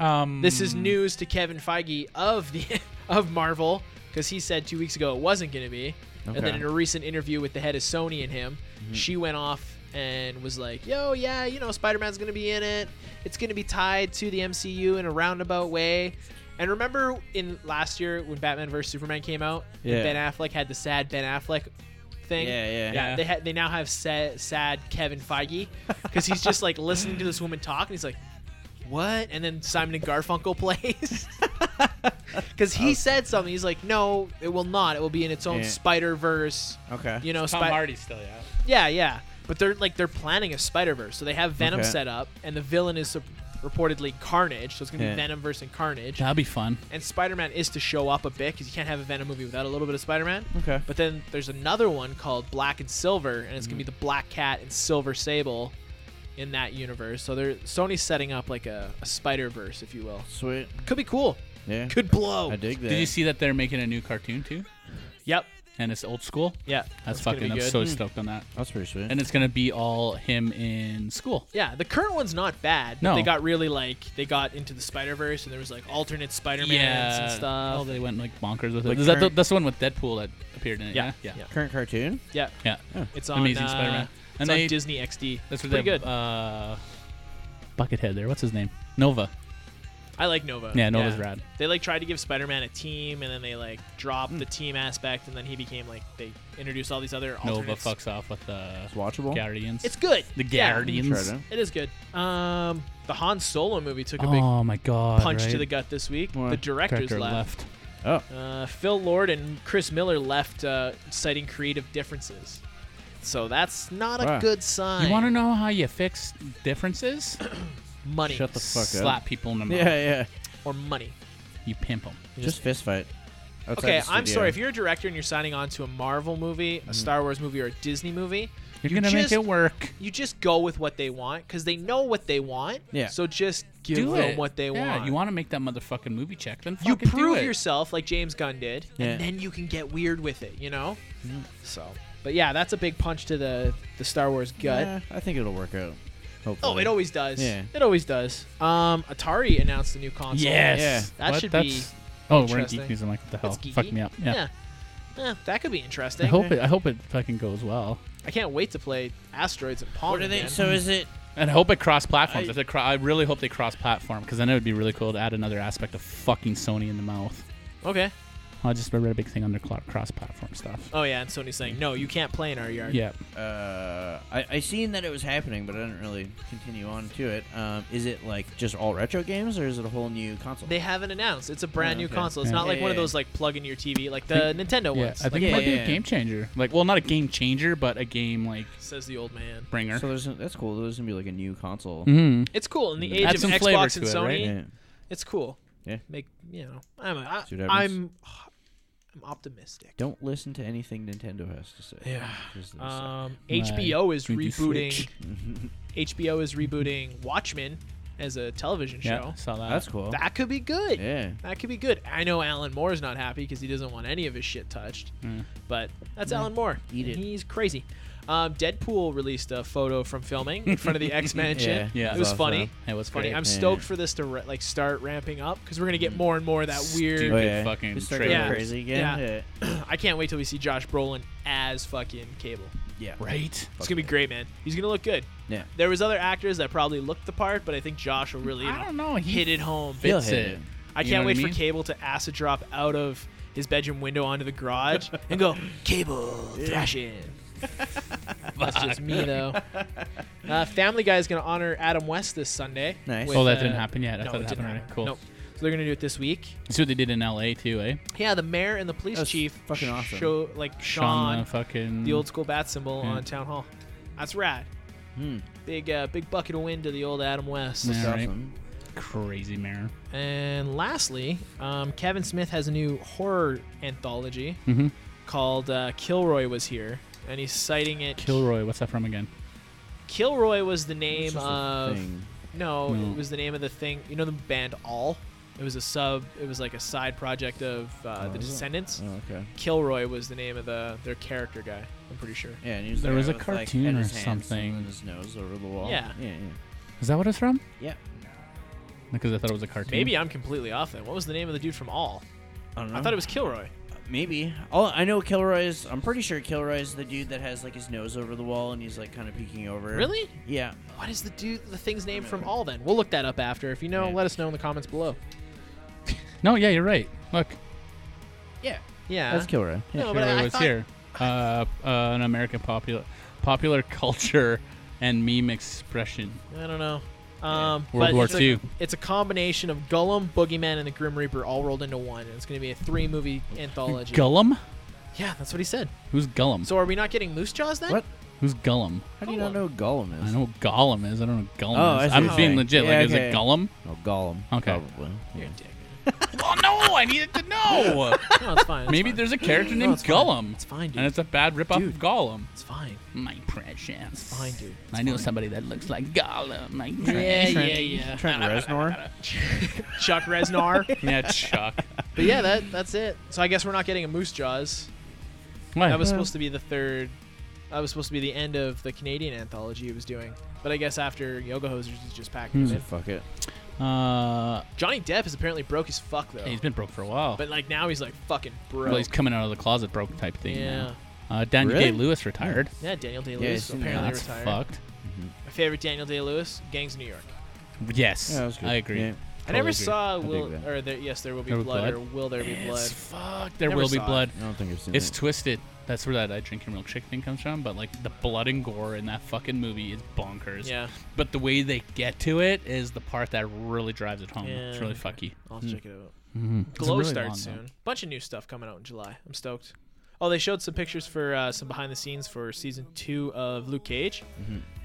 Um,
This
Hmm.
is news to Kevin Feige of the <laughs> of Marvel because he said two weeks ago it wasn't going to be, and then
Okay. Mm-hmm.
in a recent interview with the head of Sony and him, she went off and was like, "Yo, yeah, you know, Spider Man's going to be in it. It's going to be tied to the MCU in a roundabout way." And remember in last year when Batman vs Superman came out, and
Yeah.
Ben Affleck had the sad Ben Affleck thing.
Yeah, yeah.
Yeah, they ha- they now have sad, sad Kevin Feige because he's just like listening to this woman talk and he's like, "What?" And then Simon and Garfunkel
<laughs>
plays because he said something. He's like, "No, it will not. It will be in its own
Yeah. Uh,
Spider Verse."
Okay.
You know,
Tom
Spi-
Hardy's still
yeah,
yeah.
yeah. But they're like they're planning a Spider Verse, so they have Venom
Okay.
set up, and the villain is sup- reportedly Carnage, so it's gonna
Yeah.
be Venom versus Carnage.
That'll be fun.
And Spider Man is to show up a bit because you can't have a Venom movie without a little bit of Spider Man.
Okay.
But then there's another one called Black and Silver, and it's gonna be
Mm.
the Black Cat and Silver Sable in that universe. So they're Sony's setting up like a, a Spider Verse, if you will.
Sweet.
Could be cool.
Yeah.
Could blow.
I dig that.
Did you see that they're making a new cartoon too?
Yep.
And it's old school.
Yeah.
That's,
gonna
fucking.
be
I'm
good. Hmm.
so stoked on that.
That's pretty sweet.
And it's gonna be all him in school.
yeah, the current one's not bad. but
No.
They got really like they got into the Spider Verse, and there was like alternate Spider Mans and
Oh,
stuff.
they went like bonkers with
Like
it. Is that the,
current-
that's the one with Deadpool that appeared in it?
Yeah,
Yeah.
yeah.
Current cartoon?
Yeah,
Yeah.
it's on
Amazing
uh, And
Spider-Man. And
it's on
they- uh,
Disney XD.
That's what
pretty
they
good.
Uh, Buckethead there. What's his name? Nova.
I like Nova.
Yeah, Nova's rad. Hmm.
They like tried to give Spider-Man a team, and then they like dropped the team aspect, and then he became like they introduced all these other
Nova
alternates.
fucks off with the
It's watchable.
Guardians.
It's good.
the
Yeah.
Guardians.
Try
It is good. Um, the Han Solo movie took a big
Oh my god!
punch
right?
to the gut this week.
Why?
The directors
Director
left.
left.
Oh,
Uh, Phil Lord and Chris Miller left, uh, citing creative differences. So that's not a
Wow.
good sign.
You want to know how you fix differences?
money
shut the fuck
Slap
up.
people in the mouth.
Yeah, yeah.
or money?
You pimp them.
Just fist fight. outside
Okay,
the
I'm
studio.
sorry. If you're a director and you're signing on to a Marvel movie, a Star Wars movie, or a Disney movie,
Hmm. You're
you
gonna
just,
make it work.
You just go with what they want because they know what they want.
Yeah.
So just give
Do
them
it.
what they
yeah,
want.
You want to make that motherfucking movie check? Then
You
fucking do
prove
it.
yourself like James Gunn did,
Yeah.
and then you can get weird with it. You know.
Mm.
So, but yeah, that's a big punch to the the Star Wars gut.
Yeah, I think it'll work out. Hopefully.
Oh, it always does.
Yeah.
It always does. Um, Atari announced a new console.
Yes.
That
What?
should be
That's- Oh, we're in geek
interesting.
news. I'm like, what the hell?
It's geeky.
Fuck me up. Yeah.
yeah. Yeah, that could be
I
interesting.
hope it. I hope it fucking goes well,
I can't wait to play Asteroids and Pong.
What are they?
again.
So is it?
and I hope it cross platforms.
I-
If they cro- I really hope they cross platform because then it would be really cool to add another aspect of fucking Sony in the mouth.
okay.
I just read a big thing on their cross platform stuff.
Oh yeah, and Sony's saying no, you can't play in our yard.
Yeah.
Uh, I I seen that it was happening, but I didn't really continue on to it. Um, is it like just all retro games, or is it a whole new console?
They haven't announced. It's a brand
Oh,
new
okay.
console. It's
Yeah.
not like
Yeah,
one of
yeah,
those like plug into your TV, like the Nintendo
Yeah,
ones.
I think
like,
it might
plug-
be
yeah,
a game changer. Like, well, not a game changer, but a game like
says the old man.
bringer.
So there's that's cool. There's gonna be like a new console.
Mm-hmm.
hmm
It's cool in the
Add
age of
some flavor
Xbox
to
and
it,
Sony.
right?
Yeah.
It's cool.
Yeah.
Make you know. I'm I,
See what happens.
I'm I'm optimistic.
Don't listen to anything Nintendo has to say.
Yeah.
Because
<laughs>
they suck.
Um,
My
HBO is
Nintendo
rebooting.
Switch.
<laughs> HBO is rebooting Watchmen as a television
Yeah,
show.
saw that.
that's cool.
That could be good.
yeah.
That could be good. I know Alan Moore's not happy because he doesn't want any of his shit touched.
Hmm.
But that's Alan Moore.
Eat
and
it.
He's crazy. Um, Deadpool released a photo from filming in
<laughs>
front of the X Mansion.
Yeah,
it
I
was
saw
funny.
It was
funny.
great. Hmm.
I'm
Yeah.
stoked for this to ra- like start ramping up because we're gonna get more and more of that
Stupid
weird.
Oh, yeah.
fucking
Just start going
trailers.
crazy again.
Yeah. I can't wait till we see Josh Brolin as fucking Cable.
Yeah.
Right.
It's gonna be great, man. He's gonna look good.
Yeah.
There was other actors that probably looked the part, but I think Josh will really you
I don't know. He
hit it home.
He'll
fits
hit
it.
it.
I
You
can't
know
wait
what I
for
mean?
Cable to acid drop out of his bedroom window onto the garage and go, Cable, thrashing. That's just me, though. Uh, Family Guy is going to honor Adam West this Sunday. uh,
Nice.
Oh, that didn't happen yet. I
no,
thought it
it didn't
happened already.
happen.
Cool.
Nope. So they're going to do it this week.
See what they did in L.A. too, eh?
Yeah, the mayor and the police
That's
chief
fucking awesome.
show like
Sean, uh, mm. Hmm.
Sean,
the fucking
the old school bat symbol
Yeah.
on town hall. That's rad.
Hmm.
Big uh, big bucket of wind to the old Adam West.
Yeah.
That's
Alright.
awesome.
crazy mayor.
And lastly, um, Kevin Smith has a new horror anthology
Mm-hmm.
Mhm.
called uh, Kilroy Was Here, and he's citing it.
Kilroy. What's that from again?
Kilroy was the name
It's just a
of
thing.
no,
No.
it was the name of the thing. You know the band All. It was a sub. It was like a side project of uh,
Oh,
the
is it?
Descendants.
Oh, okay.
Kilroy was the name of the their character guy. I'm pretty sure.
Yeah, and he was
There
the
was
guy
a
with, like,
cartoon
had
or
his hands
something.
and His nose over the wall.
Yeah.
yeah,
Is that what it's from?
yeah.
Because I thought it was a cartoon.
Maybe I'm completely off then. What was the name of the dude from All?
I don't know.
I thought it was Kilroy.
maybe. All I know, Kilroy is. I'm pretty sure Kilroy is the dude that has like his nose over the wall and he's like kind of peeking over.
Really?
Yeah.
What is the dude the thing's name from All then? We'll look that up after. If you know,
Yeah.
let us know in the comments below.
No. Yeah, you're right. Look,
Yeah.
Yeah.
That's Kilroy. Yeah.
No, but
Kilroy
I
was
thought-
here. Uh, uh, an American popular popular <laughs> culture and meme expression.
I don't know. Um,
World
but
War
it's a-
II.
it's a combination of Gollum, Boogeyman, and the Grim Reaper all rolled into one. And it's going to be a three movie anthology.
Gullum?
yeah, that's what he said.
Who's Gullum?
So are we not getting Moose Jaws then?
What?
Who's Gullum?
How do you not know what Gollum
I
is?
know what Gollum is. I don't know what Gollum
Oh, I
is.
see
I'm
what you're
being
saying.
legit.
Yeah,
like, is
okay.
it Gollum?
No, Oh, Gollum.
Okay.
Probably.
You're a
Yeah.
dick.
oh, no. I needed to
<laughs>
know.
No, it's fine. it's
Maybe
fine.
there's a character
No,
named
it's fine.
Gollum.
It's fine, dude.
And it's a bad ripoff
Dude.
of Gollum.
It's fine.
My precious.
fine, dude. It's
I know somebody that looks like Gollum. My
Yeah,
precious.
yeah, yeah. <laughs>
Trent Reznor.
Chuck
<laughs>
Reznor. <laughs>
Yeah, Chuck.
but yeah, that that's it. So I guess we're not getting a Moose Jaws.
Why?
That was supposed to be the third. That was supposed to be the end of the Canadian anthology he was doing. But I guess after Yoga Hosers, he's just
Hmm.
packing it.
Fuck it.
Uh,
Johnny Depp is apparently broke as fuck though.
yeah, he's been broke for a while.
but like now he's like fucking broke.
well, he's coming out of the closet broke type thing.
yeah.
now. Uh, Daniel
Really?
Day Lewis retired.
Yeah, Daniel Day
Yeah,
Lewis
he's in
apparently
That's
retired.
fucked.
My favorite Daniel Day Lewis, Gangs of New York.
Yes,
Yeah, that was good.
I agree.
Yeah.
I never
agree.
saw
I dig
will
that.
or there, yes there will be
There Will
blood,
Blood?
or will there be blood?
Yes, fuck, there
Never
will be
saw it.
blood.
I don't think I've seen
It's
it.
twisted. That's where that I drink your milkshake thing comes from. But like the blood and gore in that fucking movie is bonkers.
Yeah,
But the way they get to it is the part that really drives it home. It's
Yeah.
really fucky.
I'll have to check it out.
It's
Glow
really
starts
long, though.
soon. Bunch of new stuff coming out in July. I'm stoked. Oh, they showed some pictures for uh, some behind the scenes for season two of Luke Cage,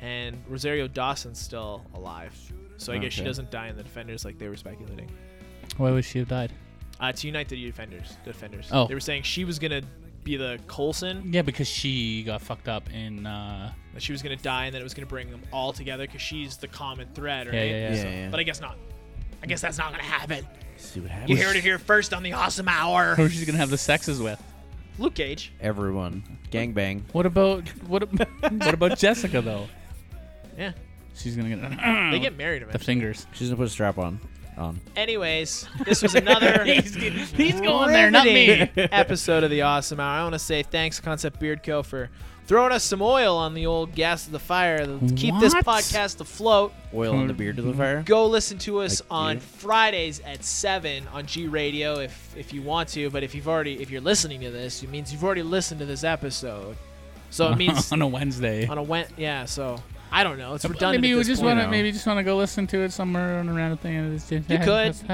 and Rosario Dawson's still alive, so I guess she
Okay.
doesn't die in the Defenders like they were speculating.
Why would she have died?
Uh, to unite the Defenders, Defenders.
Oh.
they were saying she was gonna be the Colson,
Yeah, because she got fucked up in. Uh,
that she was gonna die, and then it was gonna bring them all together because she's the common thread, right?
yeah, yeah, yeah.
Yeah, yeah.
But I guess not. I guess that's not gonna happen.
See what happens.
You heard it here first on the Awesome Hour.
Who she's gonna have the sexes with?
Luke Cage.
Everyone. Gangbang.
What about what? ab- <laughs> what about Jessica though?
Yeah,
She's gonna get <clears throat>
they get married
the
eventually.
fingers.
She's gonna put a strap on. um, On.
Anyways, this was another
<laughs> He's going there, not me.
riveting episode of the Awesome Hour. I want to say thanks, Concept Beard Co, for throwing us some oil on the old gas of the fire to keep this
What?
podcast afloat.
Oil on the beard of the fire.
Go listen to us
Thank
on
you.
Fridays at seven on G Radio if if you want to. But if you've already if you're listening to this, it means you've already listened to this episode. So
<laughs>
it means
on a Wednesday.
on a went yeah. So I don't know. It's redundant.
Maybe
at
we
this
just
point.
want to
now.
maybe just want to go listen to it somewhere on around the thing. and it's just-
You could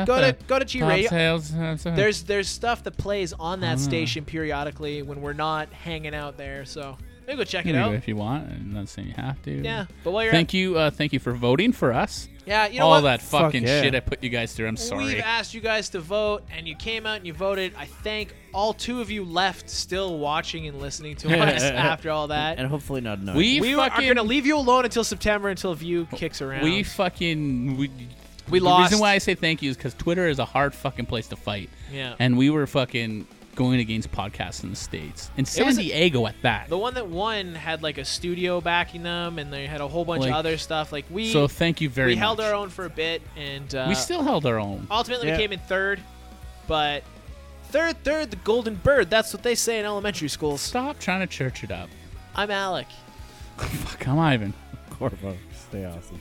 go to go to G
Top
Radio.
sales, uh, so-
There's there's stuff that plays on that station periodically when we're not hanging out there. So maybe go check it
You can
out.
do it if you want. I'm not saying you have to.
Yeah, but while you're
Thank you, uh, thank you for voting for us.
yeah, you know
All
what?
that
Fuck
fucking
yeah.
shit I put you guys through. I'm sorry.
We've asked you guys to vote, and you came out and you voted. I thank all two of you left still watching and listening
<laughs>
to us after all that.
And hopefully not knowing.
we
we are
fucking
going to leave you alone until September until View kicks around.
we fucking we,
We
the
lost.
reason why I say thank you is because Twitter is a hard fucking place to fight.
Yeah.
And we were fucking going against podcasts in the states in San
was a-
Diego at that.
the one that won had like a studio backing them, and they had a whole bunch
Like-
of other stuff. Like we
so thank you very
we
much.
held our own for a bit, and uh, Oh.
we still held our own.
Ultimately,
Yeah.
we came in third, but third, third, the golden bird. That's what they say in elementary schools.
Stop trying to church it up. <laughs>
I'm Alec.
Fuck, I'm Ivan.
<laughs> Corvo. Stay awesome.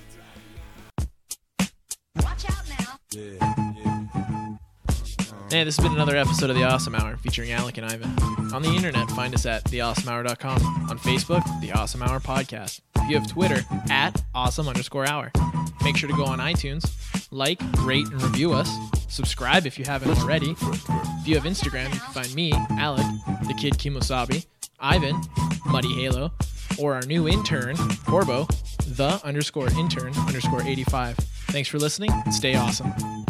Watch out now.
Hey, this has been another episode of The Awesome Hour featuring Alec and Ivan. On the internet, find us at theawesomehour.com. On Facebook, The Awesome Hour Podcast. If you have Twitter, at awesome underscore hour. Make sure to go on iTunes, like, rate, and review us. Subscribe if you haven't already. If you have Instagram, you can find me, Alec, the kid Kimosabi, Ivan, Muddy Halo, or our new intern, Corbo, the underscore intern underscore 85. Thanks for listening. and Stay awesome.